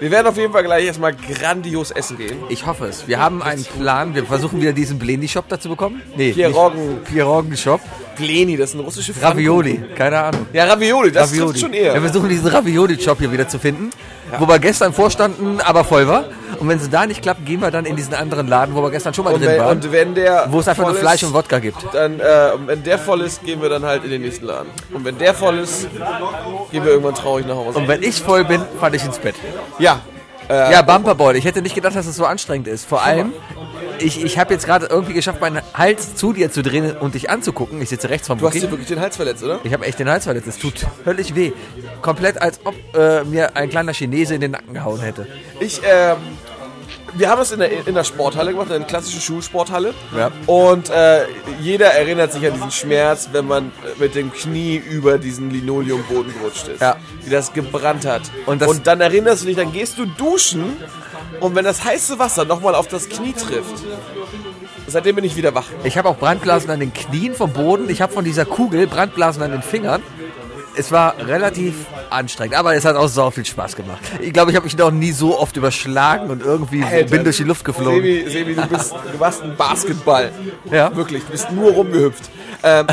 B: Wir werden auf jeden Fall gleich erstmal grandios essen gehen.
C: Ich hoffe es. Wir haben einen Plan. Wir versuchen wieder diesen Bleni-Shop dazu bekommen. Nee, nicht-
B: Pierogen.
C: Pierogen-Shop.
B: Gleni, das ist eine russische Pfannkuchen.
C: Ravioli, keine Ahnung.
B: Ja, Ravioli, das trifft schon eher.
C: Wir versuchen diesen Ravioli-Shop hier wieder zu finden, wo wir gestern vorstanden, aber voll war. Und wenn es da nicht klappt, gehen wir dann in diesen anderen Laden, wo wir gestern schon mal
B: Und
C: drin
B: wenn,
C: waren.
B: und wenn der
C: wo es einfach nur
B: voll
C: Fleisch
B: ist,
C: und Wodka gibt.
B: Dann, äh, und wenn der voll ist, gehen wir dann halt in den nächsten Laden. Und wenn der voll ist, gehen wir irgendwann traurig nach Hause.
C: Und wenn ich voll bin, falle ich ins Bett.
B: Ja. Äh,
C: ja, Bumperboy. Ich hätte nicht gedacht, dass es so anstrengend ist. Vor allem, ich, ich habe jetzt gerade irgendwie geschafft, meinen Hals zu dir zu drehen und dich anzugucken. Ich sitze rechts vom
B: du hast dir
C: Booking.
B: wirklich den Hals verletzt, oder?
C: Ich habe echt den Hals verletzt. Es tut höllisch weh. Komplett, als ob äh, mir ein kleiner Chinese in den Nacken gehauen hätte.
B: Ich, ähm, wir haben es in der, in der Sporthalle gemacht, in der klassischen Schulsporthalle.
C: Ja.
B: Und äh, jeder erinnert sich an diesen Schmerz, wenn man mit dem Knie über diesen Linoleumboden gerutscht ist.
C: Ja.
B: Wie das gebrannt hat.
C: Und das-
B: dann erinnerst du dich, dann gehst du duschen und wenn das heiße Wasser nochmal auf das Knie trifft, seitdem bin ich wieder wach.
C: Ich habe auch Brandblasen an den Knien vom Boden. Ich habe von dieser Kugel Brandblasen an den Fingern. Es war relativ anstrengend, aber es hat auch sau viel Spaß gemacht. Ich glaube, ich habe mich noch nie so oft überschlagen und irgendwie Äh, bin durch die Luft geflogen.
B: Sebi, Sebi du, bist, du warst ein Basketball.
C: Ja.
B: Wirklich, du bist nur rumgehüpft. Ähm,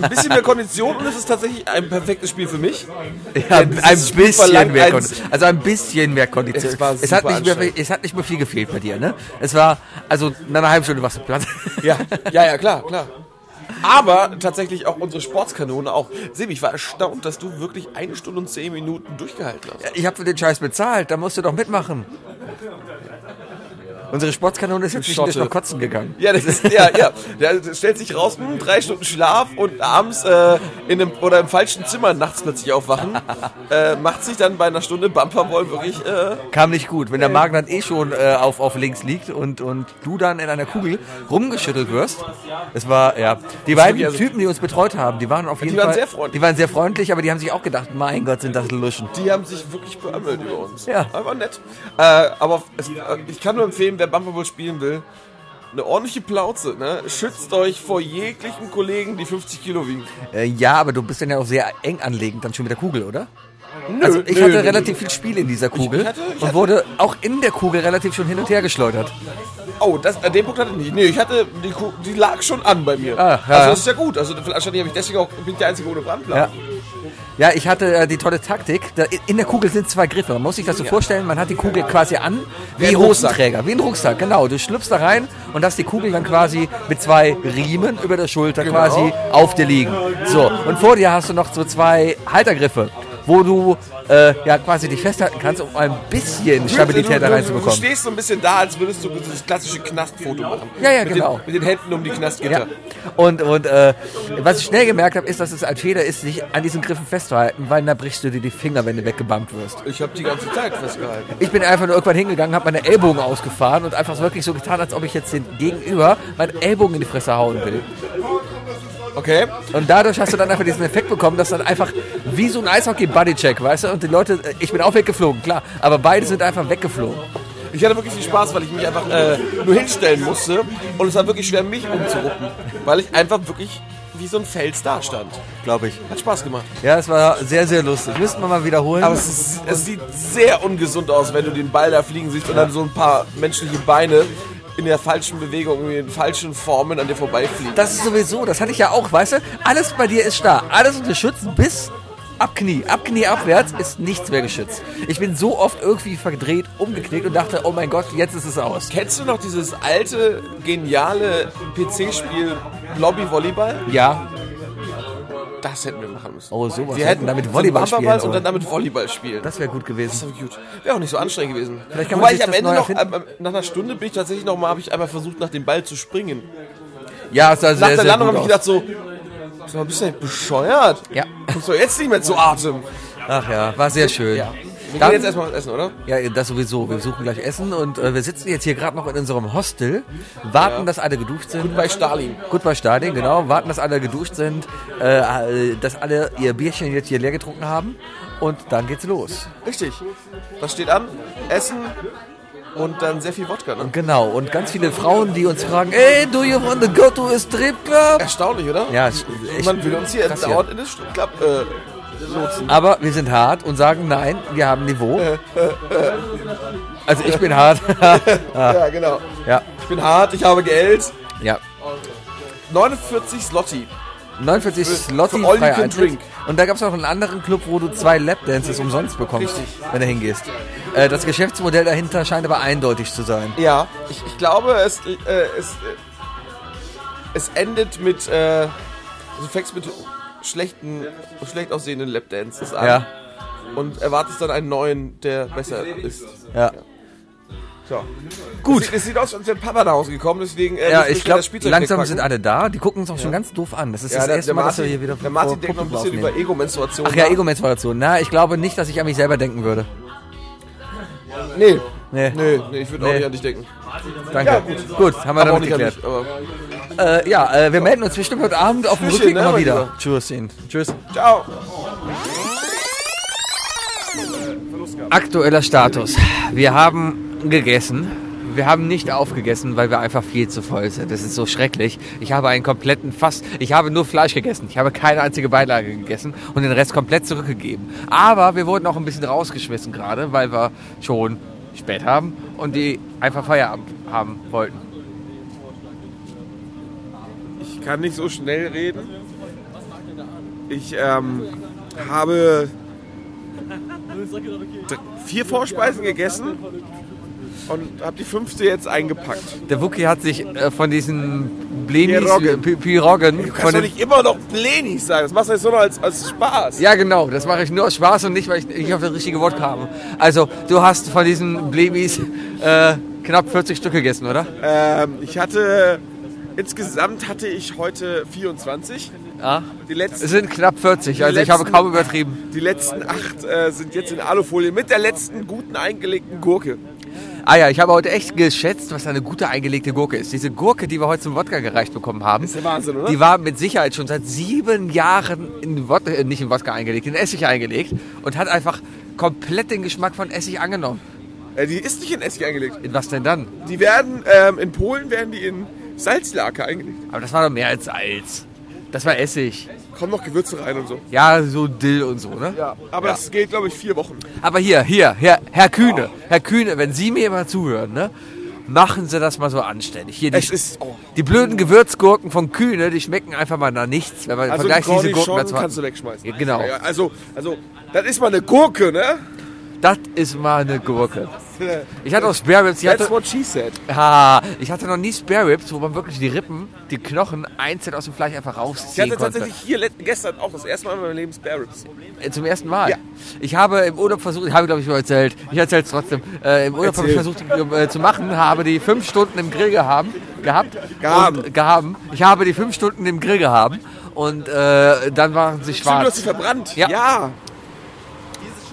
B: ein bisschen mehr Kondition und es ist tatsächlich ein perfektes Spiel für mich.
C: Ja, ein
B: Denn dieses Spiel
C: bisschen
B: verlangt
C: mehr
B: ein-
C: Kondition. Also ein bisschen mehr Kondition.
B: Es war
C: es, hat
B: super
C: nicht mehr,
B: anstrengend.
C: es hat nicht mehr viel gefehlt bei dir, ne? Es war, also nach einer halben Stunde warst du platt.
B: Ja, ja, ja, klar, klar. Aber tatsächlich auch unsere Sportskanone auch. Sebi, ich war erstaunt, dass du wirklich eine Stunde und zehn Minuten durchgehalten hast.
C: Äh, Ich habe für den Scheiß bezahlt, da musst du doch mitmachen. Unsere Sportskanone ist jetzt nicht
B: Schotte.
C: noch kotzen gegangen.
B: Ja, das ist, ja, ja. Da stellt sich raus, hm, drei Stunden Schlaf und abends äh, in einem oder im falschen Zimmer nachts plötzlich aufwachen. Äh, macht sich dann bei einer Stunde Bumperball wirklich. Äh,
C: Kam nicht gut. Wenn der Magen dann eh schon äh, auf, auf links liegt und, und du dann in einer Kugel rumgeschüttelt wirst. Es war, ja. Die beiden
B: wirklich, also-
C: Typen, die uns betreut haben, die waren auf jeden
B: waren
C: Fall.
B: sehr freundlich.
C: Die waren sehr freundlich, aber die haben sich auch gedacht, mein Gott, sind das Luschen.
B: die haben sich wirklich beömmelt über uns.
C: Ja.
B: Aber nett. Äh, aber es, äh, ich kann nur empfehlen, wer Bumperball spielen will, eine ordentliche Plauze. Ne? Schützt euch vor jeglichen Kollegen, die 50 Kilo wiegen.
C: Äh, ja, aber du bist dann ja auch sehr eng anlegend dann schon mit der Kugel, oder?
B: Nö,
C: Also ich
B: nö,
C: hatte
B: nö,
C: relativ viel Spiel in dieser Kugel
B: ich hatte- ich
C: und
B: hatte-
C: wurde auch in der Kugel relativ schon hin und her geschleudert.
B: Oh, das, an dem Punkt hatte ich nicht. Nee, ich hatte, die, Ku- die lag schon an bei mir.
C: Ah, ja,
B: also
C: ja.
B: das ist ja gut. Also wahrscheinlich habe ich deswegen auch, bin ich der Einzige ohne Brandplan.
C: Ja, ich hatte äh, die tolle Taktik. Da, in der Kugel sind zwei Griffe. Man muss sich das so vorstellen, man hat die Kugel quasi an, wie
B: ein
C: Hosenträger, wie ein Rucksack, genau. Du schlüpfst da rein und hast die Kugel dann quasi mit zwei Riemen über der Schulter quasi auf dir liegen. So, und vor dir hast du noch so zwei Haltergriffe, wo du äh, ja quasi dich festhalten kannst, um ein bisschen Stabilität
B: also, du, du,
C: da
B: du
C: reinzubekommen.
B: stehst so ein bisschen da, als würdest du dieses klassische Knastfoto machen.
C: Ja, ja,
B: mit
C: genau.
B: Den, mit den Händen um die Knastgitter.
C: Ja. Und, und äh, was ich schnell gemerkt habe, ist, dass es ein Fehler ist, sich an diesen Griffen festzuhalten, weil da brichst du dir die Finger, wenn du weggebammt wirst.
B: Ich habe die ganze Zeit festgehalten.
C: Ich bin einfach nur irgendwann hingegangen, habe meine Ellbogen ausgefahren und einfach wirklich so getan, als ob ich jetzt den Gegenüber meinen Ellbogen in die Fresse hauen will.
B: Okay.
C: Und dadurch hast du dann einfach diesen Effekt bekommen, dass dann einfach wie so ein Eishockey-Buddy-Check, weißt du? Und die Leute, äh, ich bin auch weggeflogen, klar, aber beide sind einfach weggeflogen.
B: Ich hatte wirklich viel Spaß, weil ich mich einfach äh, nur hinstellen musste. Und es war wirklich schwer, mich umzuruppen. Weil ich einfach wirklich wie so ein Fels da stand.
C: Glaube ich.
B: Hat Spaß gemacht.
C: Ja, es war sehr, sehr lustig. Müssten wir mal wiederholen.
B: Aber es, ist, es sieht sehr ungesund aus, wenn du den Ball da fliegen siehst und dann so ein paar menschliche Beine in der falschen Bewegung, irgendwie in falschen Formen an dir vorbeifliegen.
C: Das ist sowieso, das hatte ich ja auch, weißt du? Alles bei dir ist starr. Alles unter Schutz bis ab Knie. Ab Knie abwärts ist nichts mehr geschützt. Ich bin so oft irgendwie verdreht, umgeknickt und dachte, oh mein Gott, jetzt ist es aus.
B: Kennst du noch dieses alte, geniale PC-Spiel Lobby Volleyball?
C: Ja.
B: Das hätten wir machen müssen.
C: Oh, sowas.
B: wir
C: hätten
B: hätten
C: damit Volleyball
B: so einen
C: spielen
B: Bumperball und
C: sollen.
B: dann damit Volleyball spielen.
C: Das wäre gut gewesen.
B: Das war gut. Wäre auch nicht so anstrengend gewesen.
C: Vielleicht kann man
B: Wobei
C: sich
B: ich am
C: das
B: Ende
C: neu
B: noch,
C: erfinden.
B: ähm, nach einer Stunde bin ich tatsächlich noch mal, habe ich einmal versucht, nach dem Ball zu springen.
C: Ja, es sah
B: Nach
C: sehr,
B: der
C: sehr
B: Landung habe
C: gut
B: ich
C: aus.
B: gedacht so, so ein bisschen bescheuert.
C: Ja.
B: Kommst du jetzt nicht mehr zu Atem.
C: Ach ja, war sehr schön.
B: Ja. Wir
C: Dann-
B: gehen jetzt erstmal was essen, oder?
C: Ja, das sowieso. Wir suchen gleich Essen und äh, wir sitzen jetzt hier gerade noch in unserem Hostel, warten, dass alle geduscht sind.
B: Bei Stalin.
C: Gut bei Stadien, genau. Warten, dass alle geduscht sind, äh, äh, dass alle ihr Bierchen jetzt hier leer getrunken haben und dann geht's los.
B: Richtig. Das steht an. Essen und dann sehr viel Wodka. Ne?
C: Genau, und ganz viele Frauen, die uns fragen, ey, do you want to go to a strip club?
B: Erstaunlich, oder?
C: Ja, es-
B: Man will uns hier
C: krass
B: dauernd in den Stripclub äh,
A: nutzen.
C: Aber wir sind hart und sagen nein, wir haben Niveau. Also ich bin hart. Ah.
A: ja, genau.
C: Ja.
A: Ich bin hart, ich habe Geld.
C: Ja.
A: 49 Slotti.
C: 49 Slotti
A: für all you
C: freier
A: can
C: Eintritt.
A: drink.
C: Und da gab es noch einen anderen Club, wo du zwei Lapdances umsonst bekommst, wenn du hingehst. Äh, das Geschäftsmodell dahinter scheint aber eindeutig zu sein.
A: Ja, ich, ich glaube, es, äh, es, äh, es endet mit. Äh, du fängst mit schlechten, schlecht aussehenden Lapdances an.
C: Ja.
A: Und erwartest dann einen neuen, der besser ist.
C: Ja.
A: So. Gut. Es sieht, es sieht aus, als wäre Papa nach Hause gekommen, deswegen. äh,
C: Ja,
A: müssen wir
C: ich
A: schnell
C: glaube,
A: das Spielzeug
C: langsam
A: wegpacken.
C: sind alle da. Die gucken uns auch schon ganz doof an. Das ist
A: Ja,
C: das
A: der-
C: erste
A: der
C: Mal, dass wir
A: Martin-
C: hier wieder
A: Der Martin
C: vor
A: denkt noch ein
C: Publikum
A: bisschen über
C: aufnehmen.
A: Ego-Menstruation.
C: Ach ja,
A: nach.
C: Ego-Menstruation. Na, ich glaube nicht, dass ich an mich selber denken würde.
A: Nee.
C: Nee.
A: Nee, nee, ich würde auch
C: Nee.
A: nicht an dich denken.
C: Danke.
A: Ja,
C: gut.
A: gut.
C: haben
A: Aber
C: wir
A: auch
C: damit
A: nicht an
C: geklärt.
A: dich, aber-
C: Äh, ja, äh, wir melden uns bestimmt heute Abend auf dem
A: Tschüsschen,
C: Rückweg
A: ne,
C: mal
A: mein
C: wieder.
A: Lieber.
C: Tschüsschen. Tschüss.
A: Ciao.
C: Aktueller Status. Wir haben gegessen. Wir haben nicht aufgegessen, weil wir einfach viel zu voll sind. Das ist so schrecklich. Ich habe einen kompletten Fass. Ich habe nur Fleisch gegessen. Ich habe keine einzige Beilage gegessen und den Rest komplett zurückgegeben. Aber wir wurden auch ein bisschen rausgeschmissen gerade, weil wir schon spät haben und die einfach Feierabend haben wollten.
B: Ich kann nicht so schnell reden. Ich ähm, habe dr- vier Vorspeisen gegessen und habe die fünfte jetzt eingepackt.
C: Der Wookie hat sich äh, von diesen Blenis,
B: Piroggen.
C: Pi- Piroggen,
A: Kannst
C: von
A: du
C: den
A: nicht immer noch Pleni sagen? Das machst du jetzt nur noch als, als Spaß.
C: Ja, genau. Das mache ich nur aus Spaß und nicht, weil ich nicht auf das richtige Wort kam. Also, du hast von diesen Blebis äh, knapp 40 Stück gegessen, oder?
B: Ähm, ich hatte, insgesamt hatte ich heute 24.
C: Ja.
B: Die letzten,
C: Es sind knapp 40,
B: Die
C: also ich habe
B: letzten-
C: kaum übertrieben.
B: die letzten acht äh, sind jetzt in Alufolie mit der letzten guten eingelegten Gurke.
C: Ah ja, ich habe heute echt geschätzt, was eine gute eingelegte Gurke ist. Diese Gurke, die wir heute zum Wodka gereicht bekommen haben,
B: Ist der Wahnsinn, oder?
C: die war mit Sicherheit schon seit sieben Jahren in Wodka, äh, nicht in Wodka eingelegt, in Essig eingelegt und hat einfach komplett den Geschmack von Essig angenommen.
B: Äh, die ist nicht in Essig eingelegt.
C: In was denn dann?
B: Die werden, ähm, in Polen werden die in Salzlake eingelegt.
C: Aber das war doch mehr als Salz. Das war Essig.
B: Kommen noch Gewürze rein und so.
C: Ja, so Dill und so, ne?
B: Ja, aber das geht, glaube ich, vier Wochen.
C: Aber hier, hier, hier, Herr Kühne, Herr Kühne, wenn Sie mir mal zuhören, ne? Machen Sie das mal so anständig. Hier die,
B: Es ist. Oh.
C: die blöden Gewürzgurken von Kühne, die schmecken einfach mal nach nichts, wenn man
B: Also,
C: vergleicht diese Gurken
B: Cornichon
C: dazu.
B: kannst du wegschmeißen.
C: Ja, genau.
B: Ja, also, also, das ist mal eine Gurke, ne?
C: Das ist mal eine Gurke. Ich hatte auch Spare Ribs, ich
B: That's
C: hatte,
B: what she said.
C: ah, ich hatte noch nie Spare Ribs, wo man wirklich die Rippen, die Knochen einzeln aus dem Fleisch einfach
B: Ich
C: rausziehen
B: hatte
C: konnte.
B: tatsächlich hier let- gestern auch das erste Mal in meinem Leben Spare Ribs.
C: Äh, Zum ersten Mal.
B: Ja.
C: Ich habe im Urlaub versucht, ich habe glaube ich schon erzählt, ich erzähle es trotzdem. Äh, Im Urlaub habe ich
B: Erzähl.
C: versucht die, äh, zu machen, habe die fünf Stunden im Grill gehabt, gehabt
B: Gehaben.
C: und äh, gehaben. Ich habe die fünf Stunden im Grill gehabt und äh, dann waren sie
B: Stimmt, du hast
C: schwarz.
B: sie verbrannt.
C: Ja.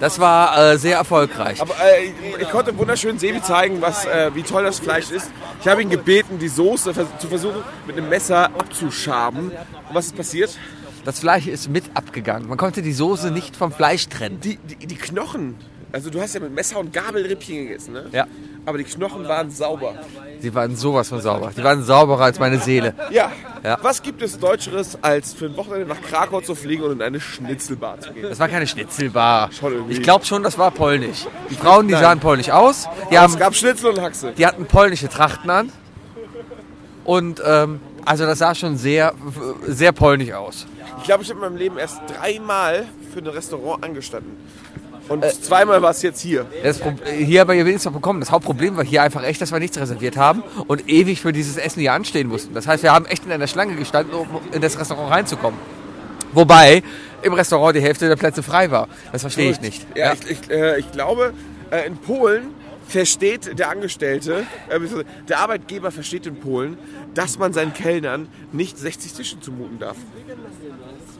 C: Das war äh, sehr erfolgreich.
B: Aber äh, ich, ich konnte wunderschön Sebi zeigen, was, äh, wie toll das Fleisch ist. Ich habe ihn gebeten, die Soße vers zu versuchen, mit einem Messer abzuschaben. Und was ist passiert?
C: Das Fleisch ist mit abgegangen. Man konnte die Soße nicht vom Fleisch trennen.
B: Die, die, die Knochen. Also, du hast ja mit Messer und Gabel Rippchen gegessen, ne?
C: Ja,
B: Aber die Knochen waren sauber.
C: sie waren sowas von sauber. Die waren sauberer als meine Seele.
B: Ja.
C: Ja.
B: Was gibt es Deutscheres, als für ein Wochenende nach Krakau zu fliegen und in eine Schnitzelbar zu gehen?
C: Das war keine Schnitzelbar.
B: Schon irgendwie.
C: Ich glaube schon, das war polnisch. Die Frauen, die sahen polnisch aus. Die haben
B: Es gab Schnitzel und Haxe.
C: Die hatten polnische Trachten an. Und ähm, also das sah schon sehr, sehr polnisch aus.
B: Ich glaube, ich habe in meinem Leben erst dreimal für ein Restaurant angestanden. Und
C: Äh,
B: zweimal war es jetzt hier.
C: Das Pro hier aber ihr wenigstens noch bekommen. Das Hauptproblem war hier einfach echt, dass wir nichts reserviert haben und ewig für dieses Essen hier anstehen mussten. Das heißt, wir haben echt in einer Schlange gestanden, um in das Restaurant reinzukommen. Wobei im Restaurant die Hälfte der Plätze frei war. Das verstehe ich nicht.
B: Ja, Ich, ich, äh, ich glaube, äh, in Polen versteht der Angestellte, äh, beziehungsweise der Arbeitgeber versteht in Polen, dass man seinen Kellnern nicht 60 Tischen zumuten darf.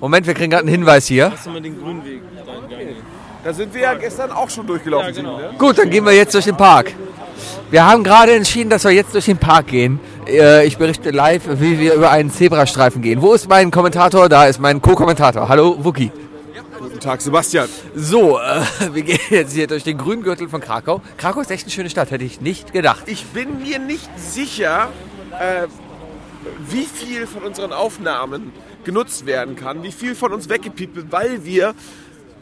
C: Moment, wir kriegen gerade einen Hinweis hier.
B: Da sind wir ja gestern auch schon durchgelaufen. Sieben, ne?
C: Gut, dann gehen wir jetzt durch den Park. Wir haben gerade entschieden, dass wir jetzt durch den Park gehen. Äh, Ich berichte live, wie wir über einen Zebrastreifen gehen. Wo ist mein Kommentator? Da ist mein Co-Kommentator. Hallo, Wookie.
B: Guten Tag, Sebastian.
C: So, äh, wir gehen jetzt hier durch den Grüngürtel von Krakau. Krakau ist echt eine schöne Stadt, hätte ich nicht gedacht.
B: Ich bin mir nicht sicher, äh, wie viel von unseren Aufnahmen genutzt werden kann, wie viel von uns weggepiept wird, weil wir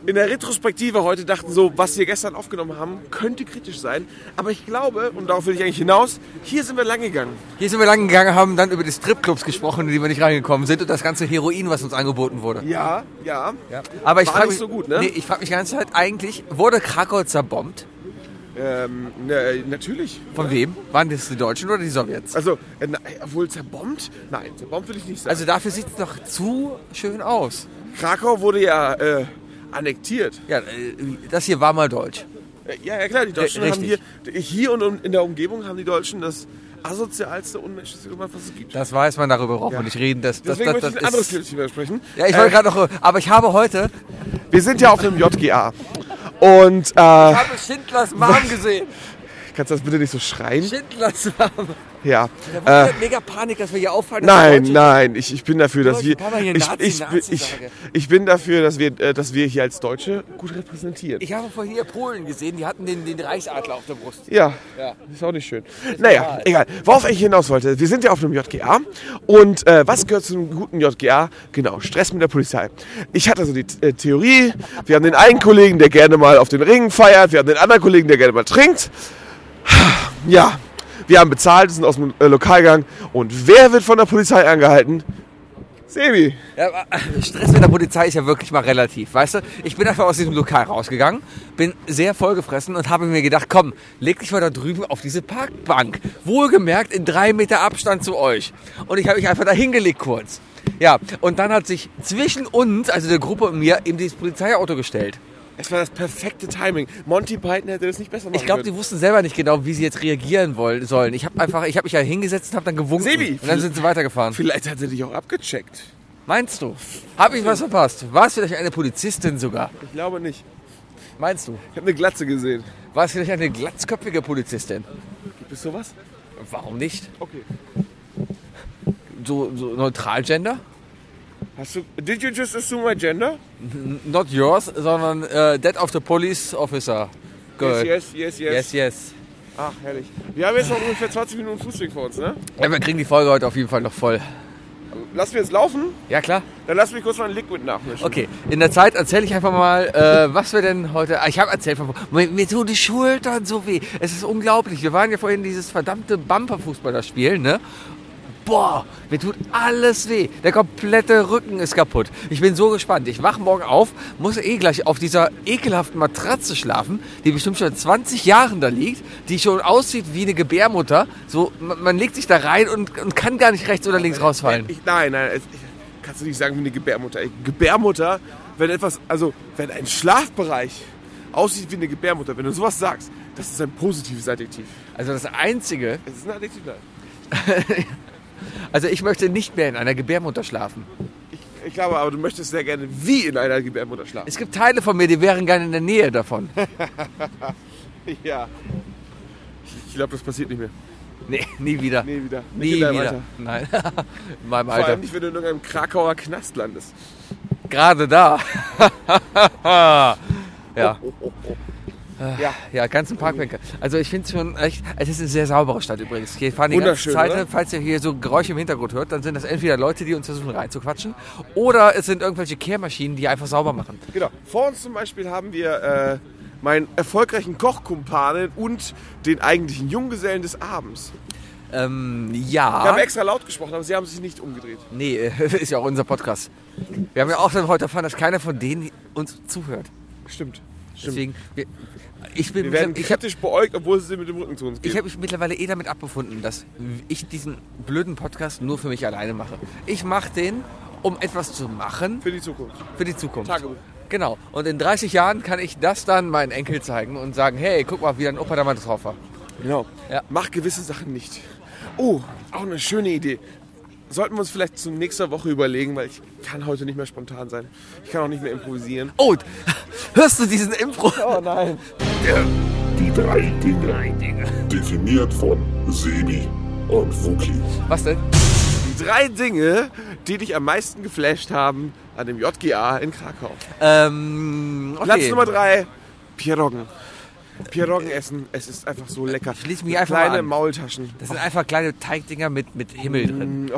B: in der Retrospektive heute dachten, so, was wir gestern aufgenommen haben, könnte kritisch sein. Aber ich glaube, und darauf will ich eigentlich hinaus, hier sind wir lang gegangen.
C: Hier sind wir lang gegangen, haben dann über die Stripclubs gesprochen, in die wir nicht reingekommen sind und das ganze Heroin, was uns angeboten wurde.
B: Ja, ja. ja.
C: Aber ich
B: War
C: frage
B: nicht
C: mich
B: so gut, ne?
C: Nee, ich frage mich die ganze Zeit, eigentlich wurde Krakau zerbombt?
B: Ähm, ne, natürlich.
C: Von wem? Waren das die Deutschen oder die Sowjets?
B: Also, äh, na, obwohl zerbombt? Nein, zerbombt will ich nicht sagen.
C: Also dafür sieht es noch zu schön aus.
B: Krakau wurde ja äh, annektiert.
C: Ja, äh, das hier war mal deutsch.
B: Äh, Ja, ja klar, die Deutschen
C: Äh,
B: haben hier,
C: richtig.
B: hier und um- in der Umgebung haben die Deutschen das asozialste, unmenschlichste gemacht, was es gibt.
C: Das weiß man, darüber braucht
B: Ja.
C: man nicht reden. Das, das,
B: Deswegen
C: das,
B: möchte
C: das
B: ich ein anderes
C: ist,
B: Thema sprechen.
C: ja, ich
B: Äh,
C: wollte gerade noch, aber ich habe heute
B: Wir sind ja auf dem JGA. Und, äh,
C: habe Schindlers Mom gesehen.
B: kannst du das bitte nicht so schreien?
C: Schindlers Mom.
B: Ja.
C: Da wurde
B: Äh,
C: halt mega Panik, dass wir hier auffallen. dass wir
B: Nein,
C: Deutsche-
B: nein, ich, ich bin dafür, dass
C: Deutsche
B: wir,
C: Papa hier
B: ich,
C: Nazi,
B: ich,
C: Nazi
B: ich,
C: sage.
B: ich bin dafür, dass wir, äh, dass wir hier als Deutsche gut repräsentiert.
C: Ich habe vorhin hier Polen gesehen, die hatten den, den Reichsadler auf der Brust.
B: Ja,
C: Ja.
B: ist auch nicht schön. Naja, egal. Worauf ich hinaus wollte, wir sind ja auf einem JGA und äh, was gehört zu einem guten JGA? Genau, Stress mit der Polizei. Ich hatte so die äh, Theorie, wir haben den einen Kollegen, der gerne mal auf den Ringen feiert, wir haben den anderen Kollegen, der gerne mal trinkt. Ja, wir haben bezahlt, sind aus dem äh, Lokal gegangen und wer wird von der Polizei angehalten? Sebi.
C: Ja, aber Stress mit der Polizei ist ja wirklich mal relativ, weißt du? Ich bin einfach aus diesem Lokal rausgegangen, bin sehr vollgefressen und habe mir gedacht, komm, leg dich mal da drüben auf diese Parkbank. Wohlgemerkt in drei Meter Abstand zu euch. Und ich habe mich einfach da hingelegt kurz. Ja, und dann hat sich zwischen uns, also der Gruppe und mir, eben dieses Polizeiauto gestellt.
B: Es war das perfekte Timing. Monty Python hätte das nicht besser machen
C: Ich glaube, die
B: können.
C: wussten selber nicht genau, wie sie jetzt reagieren wollen, sollen. Ich habe einfach, ich habe mich ja hingesetzt und habe dann gewunken.
B: Sebi,
C: und dann sind sie weitergefahren.
B: Vielleicht hat er dich auch abgecheckt.
C: Meinst du? Habe ich was verpasst? War es vielleicht eine Polizistin sogar?
B: Ich glaube nicht.
C: Meinst du?
B: Ich habe eine Glatze gesehen.
C: War es vielleicht eine glatzköpfige Polizistin?
B: Gibt es sowas?
C: Warum nicht?
B: Okay.
C: So, so neutral Gender?
B: Hast du. Did you just assume my gender?
C: N- Not yours, sondern äh, that of the police officer. Good.
B: Yes, yes, yes, yes.
C: yes. yes.
B: Ach, herrlich. Wir haben jetzt noch ungefähr 20 Minuten Fußweg vor uns, ne?
C: Ja, wir kriegen die Folge heute auf jeden Fall noch voll.
B: Lass wir jetzt laufen,
C: Ja, klar.
B: dann lass mich kurz mal ein Liquid nachmischen.
C: Okay, in der Zeit erzähle ich einfach mal, äh, was wir denn heute. Ah, Ich habe erzählt von. Mir, mir tun die Schultern so weh. Es ist unglaublich. Wir waren ja vorhin dieses verdammte Bumper-Fußballerspiel, ne? Boah, mir tut alles weh. Der komplette Rücken ist kaputt. Ich bin so gespannt. Ich wach morgen auf, muss eh gleich auf dieser ekelhaften Matratze schlafen, die bestimmt schon seit 20 Jahren da liegt, die schon aussieht wie eine Gebärmutter. So, man, man legt sich da rein und, und kann gar nicht rechts oder links rausfallen.
B: Ich, nein, nein, es- ich, kannst du nicht sagen wie eine Gebärmutter. Ey, Gebärmutter, wenn etwas, also wenn ein Schlafbereich aussieht wie eine Gebärmutter, wenn du sowas sagst, das ist ein positives Adjektiv.
C: Also das Einzige,
B: Es ist ein Adjektiv, nein.
C: also ich möchte nicht mehr in einer Gebärmutter schlafen.
B: Ich glaube aber, du möchtest sehr gerne wie in einer Gebärmutter schlafen.
C: Es gibt Teile von mir, die wären gerne in der Nähe davon.
B: Ja. Ich, ich glaube, das passiert nicht mehr.
C: Nee, nie wieder.
B: Nee, wieder. Nicht
C: nie
B: in deinem
C: wieder.
B: Alter.
C: Nein, in meinem
B: Vor
C: Alter.
B: allem nicht, wenn du in irgendeinem Krakauer Knast landest.
C: Gerade da. ja.
B: Ja.
C: Ja, ganzen Parkbänke. Also ich finde es schon echt, es ist eine sehr saubere Stadt übrigens. Hier fahren die ganze
B: Wunderschön,
C: Zeit,
B: oder?
C: falls ihr hier so Geräusche im Hintergrund hört, dann sind das entweder Leute, die uns versuchen reinzuquatschen oder es sind irgendwelche Kehrmaschinen, die einfach sauber machen.
B: Genau. Vor uns zum Beispiel haben wir äh, meinen erfolgreichen Kochkumpanen und den eigentlichen Junggesellen des Abends.
C: Ähm,
B: Wir
C: ja.
B: haben extra laut gesprochen, aber sie haben sich nicht umgedreht.
C: Nee, äh, ist ja auch unser Podcast. Wir haben ja auch dann heute erfahren, dass keiner von denen uns zuhört.
B: Stimmt. Stimmt.
C: Deswegen, wir, ich bin,
B: Wir werden
C: ich habe
B: kritisch beäugt, obwohl sie mit dem Rücken zu uns gehen.
C: ich hab mich mittlerweile eh damit abgefunden, dass ich diesen blöden Podcast nur für mich alleine mache. Ich mache den, um etwas zu machen
B: Für die Zukunft.
C: für die Zukunft.
B: Tagebuch.
C: Genau. Und in 30 Jahren kann ich das dann meinen Enkel zeigen und sagen, hey, guck mal, wie dein Opa damals drauf war.
B: Genau.
C: Ja.
B: Mach gewisse Sachen nicht. Oh, auch eine schöne Idee. Sollten wir uns vielleicht zu nächster Woche überlegen, weil ich kann heute nicht mehr spontan sein. Ich kann auch nicht mehr improvisieren.
C: Oh, hörst du diesen Impro? Oh nein.
N: Die drei Dinge. Definiert von Sebi und Fuki.
C: Was denn?
B: Die drei Dinge, die dich am meisten geflasht haben an dem JGA in Krakau.
C: Ähm, okay.
B: Platz Nummer drei, Pierogen. Pierogen essen, es ist einfach so lecker.
A: Ich lese mich einfach
B: Kleine
A: mal an.
B: Maultaschen. Oh,
A: Das sind einfach kleine Teigdinger mit, mit Himmel drin.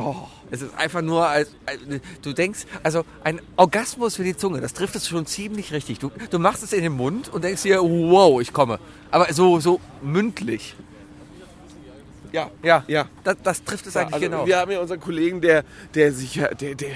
A: Es ist einfach nur, als, als- du denkst, also ein Orgasmus für die Zunge, das trifft es schon ziemlich richtig. Du, du machst es in den Mund und denkst dir, wow, ich komme. Aber so, so mündlich.
B: Ja.
A: Ja,
B: ja.
A: Das, das trifft es
B: Ja,
A: eigentlich
B: also
A: genau.
B: Wir haben ja unseren Kollegen, der, der sich ja, der, der,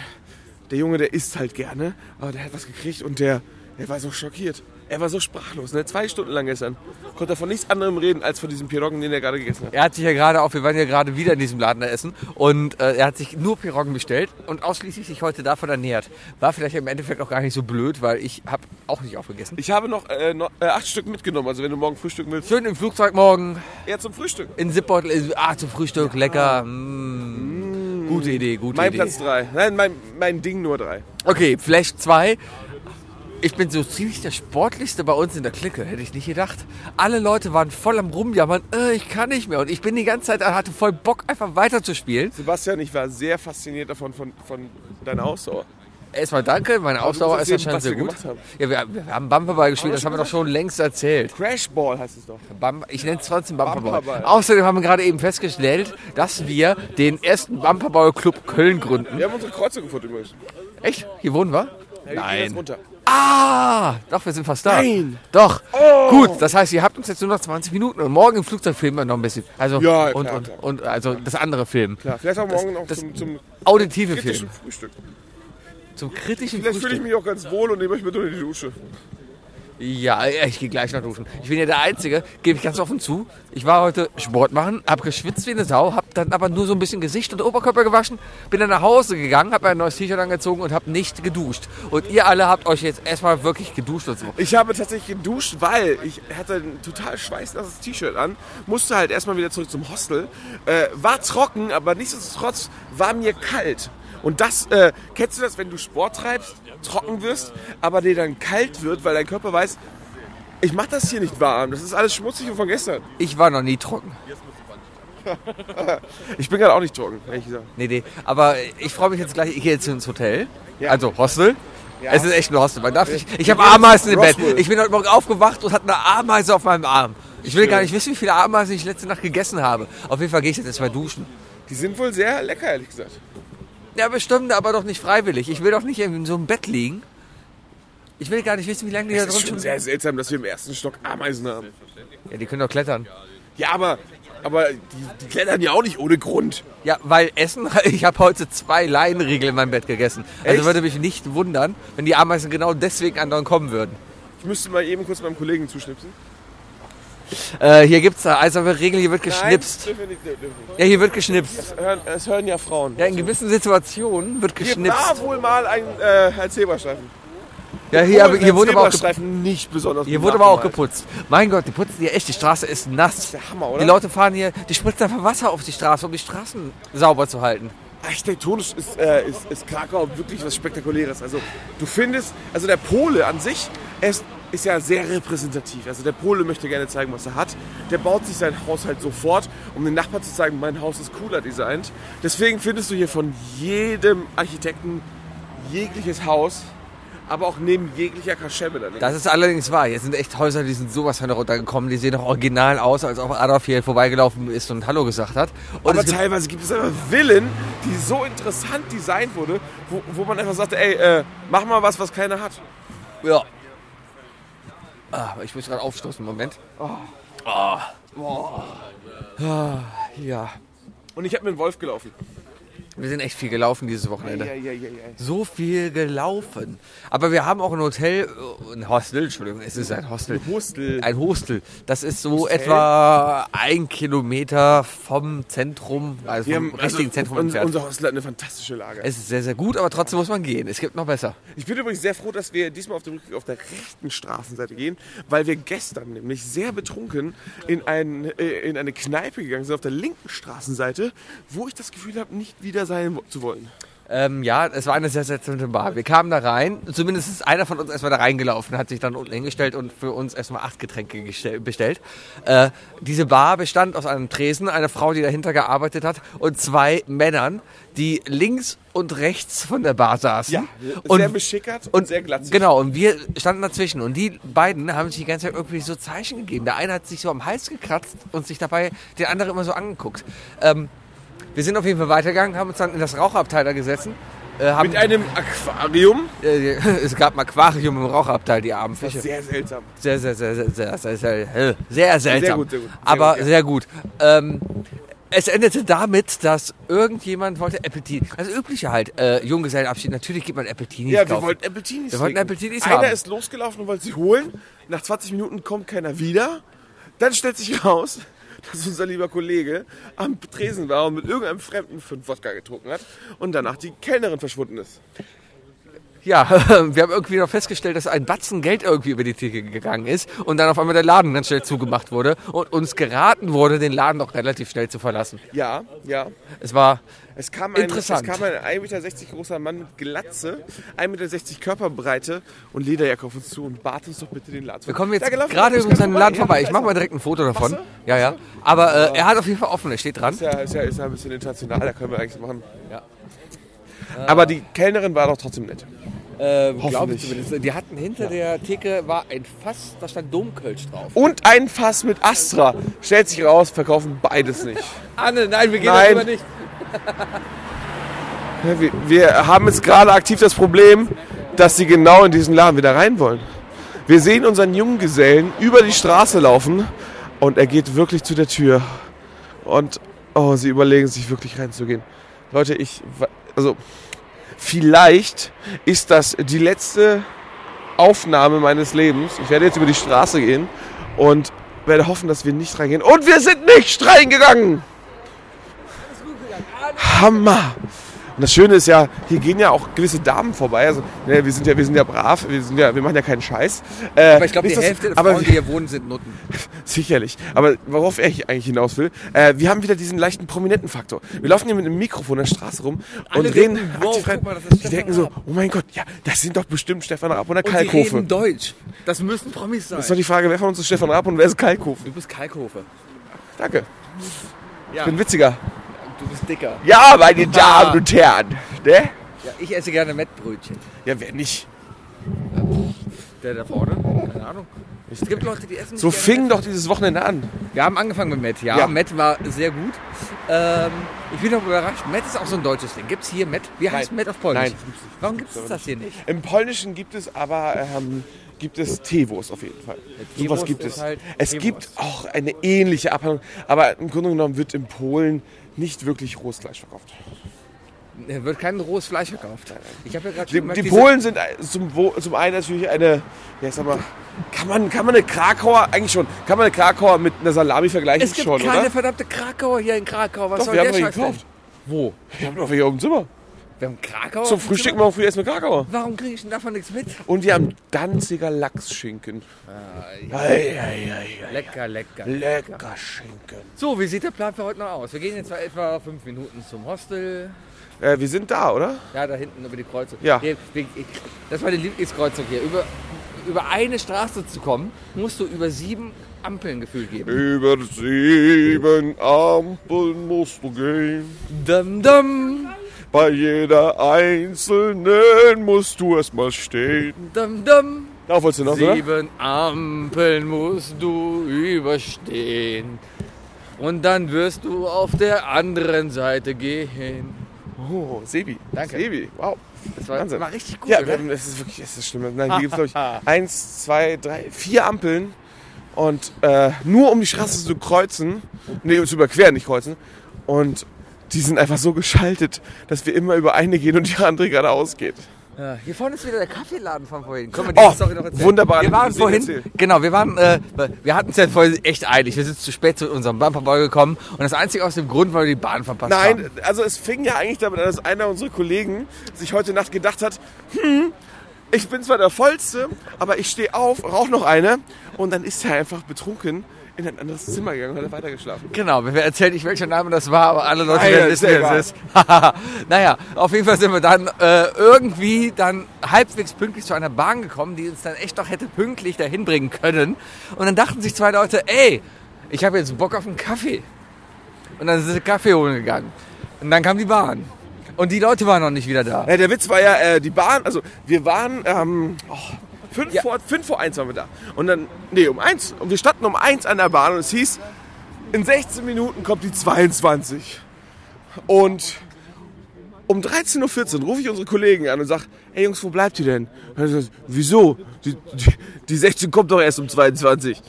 B: der Junge, der isst halt gerne, aber der hat was gekriegt und der, der war so schockiert. Er war so sprachlos, ne? Zwei Stunden lang gestern. Konnte er von nichts anderem reden, als von diesem Pierogen, den er gerade gegessen hat.
A: Er hat sich ja gerade auf, wir waren ja gerade wieder in diesem Laden da essen und äh, er hat sich nur Piroggen bestellt und ausschließlich sich heute davon ernährt. War vielleicht im Endeffekt auch gar nicht so blöd, weil ich habe auch nicht aufgegessen.
B: Ich habe noch, äh, noch äh, acht Stück mitgenommen, also wenn du morgen frühstücken willst.
A: Schön im Flugzeug morgen.
B: Ja, zum Frühstück.
A: In Zipbeutel, in- ah, zum Frühstück, lecker. Mm. Gute Idee, gute
B: mein
A: Idee.
B: Platz drei. Nein, mein, mein Ding nur drei.
A: Okay, Flash 2. Ich bin so ziemlich der Sportlichste bei uns in der Clique, hätte ich nicht gedacht. Alle Leute waren voll am Rumjammern, äh, ich kann nicht mehr. Und ich bin die ganze Zeit, äh, hatte voll Bock, einfach weiterzuspielen.
B: Sebastian, ich war sehr fasziniert davon, von, von deiner Ausdauer.
A: Erstmal danke, meine
B: Aber du
A: Ausdauer
B: musst
A: ist
B: jetzt sehen,
A: anscheinend sehr gut.
B: was wir gemacht
A: Ja, wir, wir haben Bumperball gespielt, das haben wir doch schon längst erzählt.
B: Crashball heißt es doch.
A: Bum ich nenne es trotzdem Bumperball.
B: Bumperball.
A: Außerdem haben wir gerade eben festgestellt, dass wir den ersten Bumperball-Club Köln gründen.
B: Wir haben unsere Kreuzung gefunden übrigens.
A: Echt? Hier wohnen wir?
B: Ja, wir gehen jetzt runter.
A: Ah, doch, wir sind fast da.
B: Nein. Oh.
A: Doch. Gut, das heißt, ihr habt uns jetzt nur noch 20 Minuten und morgen im Flugzeug filmen wir noch ein bisschen. Also
B: Ja,
A: und,
B: klar,
A: und,
B: klar.
A: und also das andere Film.
B: Ja, vielleicht auch morgen
A: das,
B: noch
A: das
B: zum, zum
A: auditive
B: kritischen
A: Film.
B: Frühstück.
A: Zum kritischen
B: Vielleicht fühle ich
A: Frühstück.
B: mich auch ganz wohl und nehme euch mit unter die Dusche.
A: Ja, äh, ich gehe gleich noch duschen. Ich bin ja der Einzige, gebe ich ganz offen zu. Ich war heute Sport machen, hab geschwitzt wie eine Sau, hab dann aber nur so ein bisschen Gesicht und Oberkörper gewaschen, bin dann nach Hause gegangen, hab mir ein neues T-Shirt angezogen und hab nicht geduscht. Und ihr alle habt euch jetzt erstmal wirklich geduscht und so.
B: Ich habe tatsächlich geduscht, weil ich hatte ein total schweißnasses T-Shirt an, musste halt erstmal wieder zurück zum Hostel, äh, war trocken, aber nichtsdestotrotz war mir kalt. Und das, äh, kennst du das, wenn du Sport treibst, trocken wirst, aber dir dann kalt wird, weil dein Körper weiß, ich mach das hier nicht warm, das ist alles schmutzig und von gestern.
A: Ich war noch nie trocken.
B: ich bin gerade auch nicht trocken, ehrlich gesagt.
A: Nee, nee. Aber ich freue mich jetzt gleich. Ich gehe jetzt ins Hotel. Also Hostel.
B: Ja.
A: Es ist echt ein Hostel. Man darf nicht, ich
B: Wir
A: habe
B: gehen jetzt
A: Ameisen im Bett.
B: Roswell.
A: Ich bin heute Morgen aufgewacht und hatte eine Ameise auf meinem Arm. Ich will gar nicht wissen, wie viele Ameisen ich letzte Nacht gegessen habe. Auf jeden Fall gehe ich jetzt erstmal duschen.
B: Die sind wohl sehr lecker, ehrlich gesagt.
A: Ja, bestimmt, aber doch nicht freiwillig. Ich will doch nicht in so einem Bett liegen. Ich will gar nicht wissen, wie lange die da
B: Es ist
A: drin
B: schon
A: schon
B: sehr seltsam, dass wir im ersten Stock Ameisen haben.
A: Ja, die können doch klettern.
B: Ja, aber, aber die, die klettern ja auch nicht ohne Grund.
A: Ja, weil Essen, ich habe heute zwei Leinenriegel in meinem Bett gegessen. Also
B: Echt?
A: würde mich nicht wundern, wenn die Ameisen genau deswegen anderen kommen würden.
B: Ich müsste mal eben kurz meinem Kollegen zuschnipsen.
A: Äh, hier gibt's da eiserne Regel, hier wird geschnipst.
B: Nein, dürfen wir nicht, dürfen wir nicht.
A: Ja, hier wird geschnipst.
B: Das hören, das hören ja Frauen.
A: Ja, in gewissen Situationen wird
B: Hier war
A: geschnipst.
B: wohl mal ein, äh, ein Zebrastreifen.
A: Ja, hier, aber,
B: Obwohl
A: hier
B: ein
A: wurde aber auch geputzt.
B: Zebrastreifen nicht besonders
A: Hier
B: gut
A: wurde aber auch
B: nachgemalt.
A: geputzt. Mein Gott, die putzen hier echt, die Straße ist nass.
B: Der Hammer, oder?
A: Die Leute fahren hier, die spritzen einfach Wasser auf die Straße, um die Straßen sauber zu halten.
B: Architektonisch ist, äh, ist, ist Krakau wirklich was Spektakuläres. Also du findest, also der Pole an sich er ist, ist ja sehr repräsentativ. Also der Pole möchte gerne zeigen, was er hat. Der baut sich sein Haus halt sofort, um den Nachbarn zu zeigen, mein Haus ist cooler designt. Deswegen findest du hier von jedem Architekten jegliches Haus, aber auch neben jeglicher Kaschemme daneben.
A: Das ist allerdings wahr. Hier sind echt Häuser, die sind sowas von runtergekommen. Die sehen noch original aus, als ob Adolf hier vorbeigelaufen ist und Hallo gesagt hat. Und
B: Aber
A: es gibt-
B: teilweise gibt es aber Villen, die so interessant designt wurde, wo, wo man einfach sagt, ey, äh, mach mal was, was keiner hat.
A: Ja. Ah, ich muss gerade aufstoßen, Moment.
B: Oh.
A: Ah. Ah, Ja,
B: Und ich habe mit dem Wolf gelaufen.
A: wir sind echt viel gelaufen dieses Wochenende.
B: Ei, ei, ei, ei, ei.
A: So viel gelaufen. Aber wir haben auch ein Hotel, äh, ein Hostel, Entschuldigung, es ist ein Hostel.
B: Ein Hostel.
A: Ein Hostel. Das ist so
B: Hostel?
A: etwa ein Kilometer vom Zentrum, also
B: Wir
A: vom
B: haben
A: richtigen Zentrum
B: un,
A: entfernt.
B: unser Hostel hat eine fantastische Lage.
A: es ist sehr, sehr gut, aber trotzdem muss man gehen. Es gibt noch besser.
B: Ich bin übrigens sehr froh, dass wir diesmal auf dem Rückweg auf der rechten Straßenseite gehen, weil wir gestern nämlich sehr betrunken in, ein, äh, in eine Kneipe gegangen sind auf der linken Straßenseite, wo ich das Gefühl habe, nicht wieder sein wo- zu wollen.
A: Ähm, ja, es war eine sehr seltsame Bar. Wir kamen da rein, zumindest ist einer von uns erstmal da reingelaufen, hat sich dann unten hingestellt und für uns erstmal acht Getränke gestell- bestellt. Äh, diese Bar bestand aus einem Tresen, einer Frau, die dahinter gearbeitet hat und zwei Männern, die links und rechts von der Bar saßen.
B: Ja,
A: und
B: sehr beschickert und, sehr glatzig.
A: Genau, und wir standen dazwischen. Und die beiden haben sich die ganze Zeit irgendwie so Zeichen gegeben. Der eine hat sich so am Hals gekratzt und sich dabei den anderen immer so angeguckt. Ähm, wir sind auf jeden Fall weitergegangen, haben uns dann in das Raucherabteil da gesessen. Äh, haben,
B: Mit einem Aquarium?
A: Äh, es gab ein Aquarium im Raucherabteil, die armen Fische.
B: Sehr seltsam.
A: Sehr, sehr, sehr, sehr, sehr, sehr, sehr, sehr seltsam.
B: Sehr gut, sehr gut. Sehr
A: aber
B: gut, ja.
A: sehr gut. Ähm, es endete damit, dass irgendjemand wollte Appletini. Also üblicher halt, äh, Junggesellenabschied, natürlich gibt man Appletini
B: Ja, wir wollten Appletini.
A: Wir wollten Appletini
B: Einer
A: haben.
B: ist losgelaufen und wollte sie holen. Nach 20 Minuten kommt keiner wieder. Dann stellt sich raus, dass unser lieber Kollege am Tresen war und mit irgendeinem Fremden fünf Wodka getrunken hat und danach die Kellnerin verschwunden ist.
A: Ja, wir haben irgendwie noch festgestellt, dass ein Batzen Geld irgendwie über die Theke gegangen ist und dann auf einmal der Laden ganz schnell zugemacht wurde und uns geraten wurde, den Laden doch relativ schnell zu verlassen.
B: Ja, ja.
A: Es war
B: Es kam ein, es
A: Interessant.
B: kam ein 1,60 Meter großer Mann mit Glatze, 1,60 Meter Körperbreite und Lederjacke auf uns zu und bat uns doch bitte den Laden zu.
A: Wir kommen jetzt
B: Da gelaufen,
A: gerade
B: ich
A: über
B: kann
A: seinen Laden
B: ja,
A: vorbei.
B: da
A: Ich
B: ist
A: mache
B: er.
A: mal direkt ein Foto davon.
B: Machst
A: Ja, ja. Aber äh, er hat auf jeden Fall offen, er steht dran.
B: Ist ja, ist ja, ist ja ein bisschen international, da können wir eigentlich machen. Äh.
A: Ja.
B: Aber die Kellnerin war doch trotzdem nett.
A: Ähm,
B: Hoffentlich.
A: Die hatten hinter der Theke war ein Fass, da stand Domkölsch drauf.
B: Und ein Fass mit Astra. Stellt sich raus, verkaufen beides nicht.
A: Anne, nein, wir gehen
B: Nein.
A: darüber nicht.
B: Ja, Wir, wir haben jetzt gerade aktiv das Problem, dass sie genau in diesen Laden wieder rein wollen. Wir sehen unseren Junggesellen über die Straße laufen und er geht wirklich zu der Tür. Und oh, sie überlegen sich wirklich reinzugehen. Leute, ich, wa- also vielleicht ist das die letzte Aufnahme meines Lebens. Ich werde jetzt über die Straße gehen und werde hoffen, dass wir nicht reingehen. Und wir sind nicht reingegangen! Hammer! Und das Schöne ist ja, hier gehen ja auch gewisse Damen vorbei. Also, ne, wir sind ja, wir sind ja brav, wir sind ja, wir machen ja keinen Scheiß. Äh,
A: Aber ich glaube, die
B: nichtsdestot-
A: Hälfte der
B: aber
A: Frauen, die
B: wir-
A: hier wohnen, sind Nutten.
B: Sicherlich. Aber worauf ich eigentlich hinaus will, äh, wir haben wieder diesen leichten prominenten Faktor. Wir laufen hier mit einem Mikrofon in der Straße rum und
A: Alle
B: reden.
A: denken,
B: aktiv
A: wow,
B: rein.
A: guck mal, das ist
B: die
A: Stefan
B: denken so,
A: Raab.
B: oh mein Gott, ja, das sind doch bestimmt Stefan Raab oder
A: Und die
B: Kalkofe.
A: reden Deutsch. Das müssen Promis sein.
B: Das ist doch die Frage, wer von uns ist Stefan Raab und wer ist Kalkofe?
A: du bist Kalkofe.
B: Danke.
A: Ja.
B: Ich bin witziger.
A: Du bist dicker.
B: Ja, meine Damen und Herren. Ne?
A: Ja, ich esse gerne Mettbrötchen.
B: Ja, wer nicht?
A: Der da vorne? Keine Ahnung. Es gibt Leute, die essen
B: So
A: nicht gerne
B: fing doch dieses Wochenende an.
A: Wir haben angefangen mit Matt, ja.
B: Ja.
A: Matt war sehr gut. Ähm, ich bin auch überrascht. Matt ist auch so ein deutsches Ding. Gibt es hier Matt? Wie heißt Matt auf Polnisch?
B: Nein.
A: Warum gibt es das hier nicht?
B: Im Polnischen gibt es aber ähm, gibt es Teewurst auf jeden Fall.
A: Teewurst
B: Sowas gibt
A: ist
B: es.
A: halt
B: es
A: Teewurst.
B: gibt auch eine ähnliche Abhandlung, aber im Grunde genommen wird in Polen nicht wirklich rohes Fleisch verkauft.
A: Hier Wird kein rohes Fleisch verkauft. Ich habe ja gerade
B: Die,
A: schon gemerkt,
B: die
A: diese-
B: Polen sind ein- zum, Wo- zum einen natürlich eine, ja, ich sag mal, kann man, kann man eine Krakauer, eigentlich schon, kann man eine Krakauer mit einer Salami vergleichen?
A: Es gibt
B: schon,
A: keine
B: oder?
A: verdammte Krakauer hier in Krakau. Was
B: Doch,
A: soll
B: wir
A: der
B: haben die
A: Scheiß denn?
B: gekauft.
A: Wo?
B: Wir haben doch hier oben im Zimmer.
A: Wir haben Krakauer?
B: Zum
A: auf dem
B: Frühstück
A: Zimmer?
B: machen wir früh erstmal Krakauer.
A: Warum kriege ich denn davon nichts mit?
B: Und wir haben Danziger Lachsschinken. Ei, ei, ei, ei.
A: Lecker, lecker.
B: Lecker Schinken.
A: So, wie sieht der Plan für heute noch aus? Wir gehen jetzt etwa fünf Minuten zum Hostel.
B: Äh, wir sind da, oder?
A: Ja, da hinten über die Kreuzung.
B: Ja.
A: Hier, wir- ich- Das war die Lieblingskreuzung hier. Über, über eine Straße zu kommen, musst du über sieben Ampeln gefühlt geben.
B: Über sieben Ampeln musst du gehen.
A: Dum, dum,
B: Bei jeder einzelnen musst du erstmal stehen.
A: dum, dum.
B: Darauf wolltest du noch, oder?
A: Sieben Ampeln musst du überstehen. Und dann wirst du auf der anderen Seite gehen.
B: Oh, Sebi.
A: Danke.
B: Sebi, wow.
A: Das war,
B: Wahnsinn.
A: war richtig gut.
B: ja, wir
A: oder?
B: haben, das ist wirklich das ist schlimm. Nein, hier gibt es, glaube ich, eins, zwei, drei, vier Ampeln. Und äh, nur um die Straße zu kreuzen, nee, zu überqueren, nicht kreuzen. Und die sind einfach so geschaltet, dass wir immer über eine gehen und die andere geradeaus geht.
A: Ja, hier vorne ist wieder der Kaffeeladen von vorhin. Können wir
B: Oh,
A: diese Story noch erzählen?
B: wunderbar.
A: Wir waren
B: Sie
A: vorhin,
B: erzählen.
A: genau, wir waren, äh, wir hatten es ja vorhin echt eilig. Wir sind zu spät zu unserem Bumperboy gekommen und das einzige aus dem Grund, weil wir die Bahn verpasst haben.
B: Nein, also es fing ja eigentlich damit an, dass einer unserer Kollegen sich heute Nacht gedacht hat, hm, ich bin zwar der Vollste, aber ich stehe auf, rauche noch eine und dann ist er einfach betrunken in ein anderes Zimmer gegangen und hat weitergeschlafen.
A: Genau, wir erzählen nicht, welcher Name das war, aber alle Leute
B: Nein,
A: werden wissen, wer es ist. naja, auf jeden Fall sind wir dann äh, irgendwie dann halbwegs pünktlich zu einer Bahn gekommen, die uns dann echt noch hätte pünktlich dahin bringen können. Und dann dachten sich zwei Leute, ey, ich habe jetzt Bock auf einen Kaffee. Und dann sind sie Kaffee holen gegangen. Und dann kam die Bahn. Und die Leute waren noch nicht wieder da.
B: Äh, der Witz war ja, äh, die Bahn, also wir waren ähm, oh, fünf, vor, fünf vor eins waren wir da. Und dann, nee, um eins. Und wir standen um eins an der Bahn und es hieß, in 16 Minuten kommt die 22. Und um 13.14 Uhr rufe ich unsere Kollegen an und sage, ey Jungs, wo bleibt ihr denn? Und dann sagt, Wieso? Die, die, die 16 kommt doch erst um 22.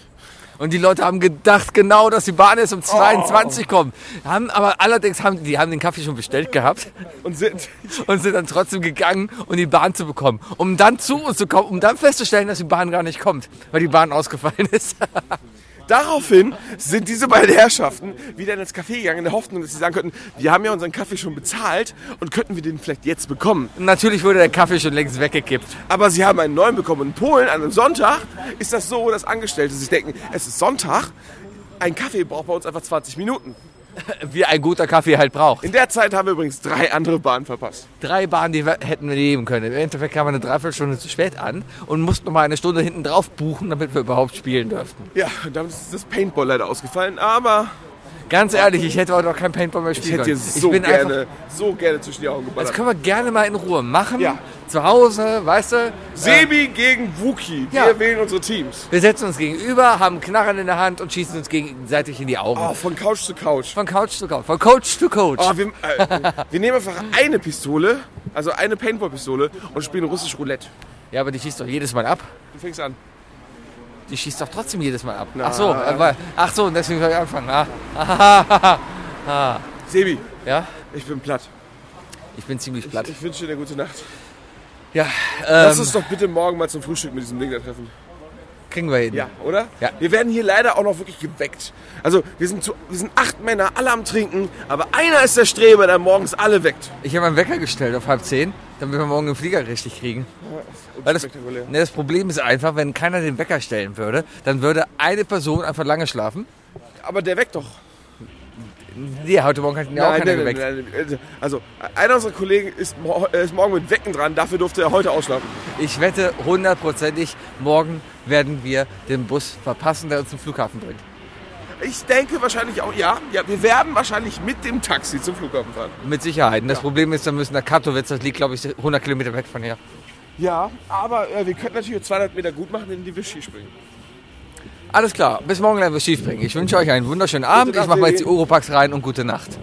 A: Und die Leute haben gedacht genau, dass die Bahn erst um 22 kommt. Haben aber allerdings haben die haben den Kaffee schon bestellt gehabt
B: und sind
A: und sind dann trotzdem gegangen, um die Bahn zu bekommen, um dann zu uns zu kommen, um dann festzustellen, dass die Bahn gar nicht kommt, weil die Bahn ausgefallen ist.
B: Daraufhin sind diese beiden Herrschaften wieder ins Café gegangen in der Hoffnung, dass sie sagen könnten, wir haben ja unseren Kaffee schon bezahlt und könnten wir den vielleicht jetzt bekommen.
A: Natürlich wurde der Kaffee schon längst weggekippt.
B: Aber sie haben einen neuen bekommen. In Polen an einem Sonntag ist das so, dass Angestellte sich denken, es ist Sonntag, ein Kaffee braucht bei uns einfach 20 Minuten.
A: Wie ein guter Kaffee halt braucht.
B: In der Zeit haben wir übrigens drei andere Bahnen verpasst.
A: Drei Bahnen, die wir, hätten wir nehmen können. Im Endeffekt kamen wir eine Dreiviertelstunde zu spät an und mussten noch mal eine Stunde hinten drauf buchen, damit wir überhaupt spielen dürften.
B: Ja, und damit ist das Paintball leider ausgefallen, aber
A: Ganz ehrlich, ich hätte heute noch kein Paintball mehr
B: ich
A: spielen
B: hätte dir
A: können.
B: so
A: bin einfach-
B: gerne, so gerne zwischen die Augen geballert.
A: Das können wir gerne mal in Ruhe machen. Zu Hause, weißt du?
B: Sebi gegen Wookie, wir
A: Ja.
B: wählen unsere Teams.
A: Wir setzen uns gegenüber, haben Knarren in der Hand und schießen uns gegenseitig in die Augen.
B: Oh, von Couch zu Couch.
A: Von Couch zu Couch. Von Coach zu Coach.
B: Oh, wir, äh, wir nehmen einfach eine Pistole, also eine Paintball-Pistole und spielen russisch Roulette.
A: ja, aber die schießt doch jedes Mal ab.
B: Du fängst an.
A: Die schießt doch trotzdem jedes Mal ab.
B: Na.
A: Ach so, äh, weil- ach so, und deswegen soll ich anfangen. Ah. Ah. Ah.
B: Sebi,
A: Ja,
B: ich bin platt.
A: ich bin ziemlich
B: Ich,
A: platt. Ähm.
B: ich wünsche dir eine gute Nacht.
A: Ja,
B: Lass
A: ähm,
B: uns doch bitte morgen mal zum Frühstück mit diesem Ding da treffen.
A: kriegen wir hin.
B: Ja, oder?
A: Ja.
B: Wir werden hier leider auch noch wirklich geweckt. Also, wir sind, zu, wir sind acht Männer, alle am Trinken, aber einer ist der Streber, der morgens alle weckt.
A: Ich habe meinen Wecker gestellt auf halb zehn, damit wir morgen den Flieger richtig kriegen. Weil das,
B: Unspektakulär.
A: ne, das Problem ist einfach, wenn keiner den Wecker stellen würde, dann würde eine Person einfach lange schlafen.
B: Aber der weckt doch.
A: Nee, heute Morgen hat ihn ja auch keiner geweckt.
B: nein, nein. Also, einer unserer Kollegen ist, mo- äh, ist morgen mit Wecken dran, dafür durfte er heute ausschlafen.
A: Ich wette hundertprozentig, morgen werden wir den Bus verpassen, der uns zum Flughafen bringt.
B: Ich denke wahrscheinlich auch, ja, ja, wir werden wahrscheinlich mit dem Taxi zum Flughafen fahren.
A: Mit Sicherheit. Und das Problem ist, wir müssen nach Katowice, das liegt, glaube ich, 100 Kilometer weg von hier.
B: Ja, aber äh, wir könnten natürlich 200 Meter gut machen, indem wir Ski springen.
A: Alles klar, bis morgen werden wir schief bringen. Ich wünsche euch einen wunderschönen Abend.
B: Nacht,
A: ich mache mal jetzt die
B: Sebi.
A: Oropax rein und gute Nacht.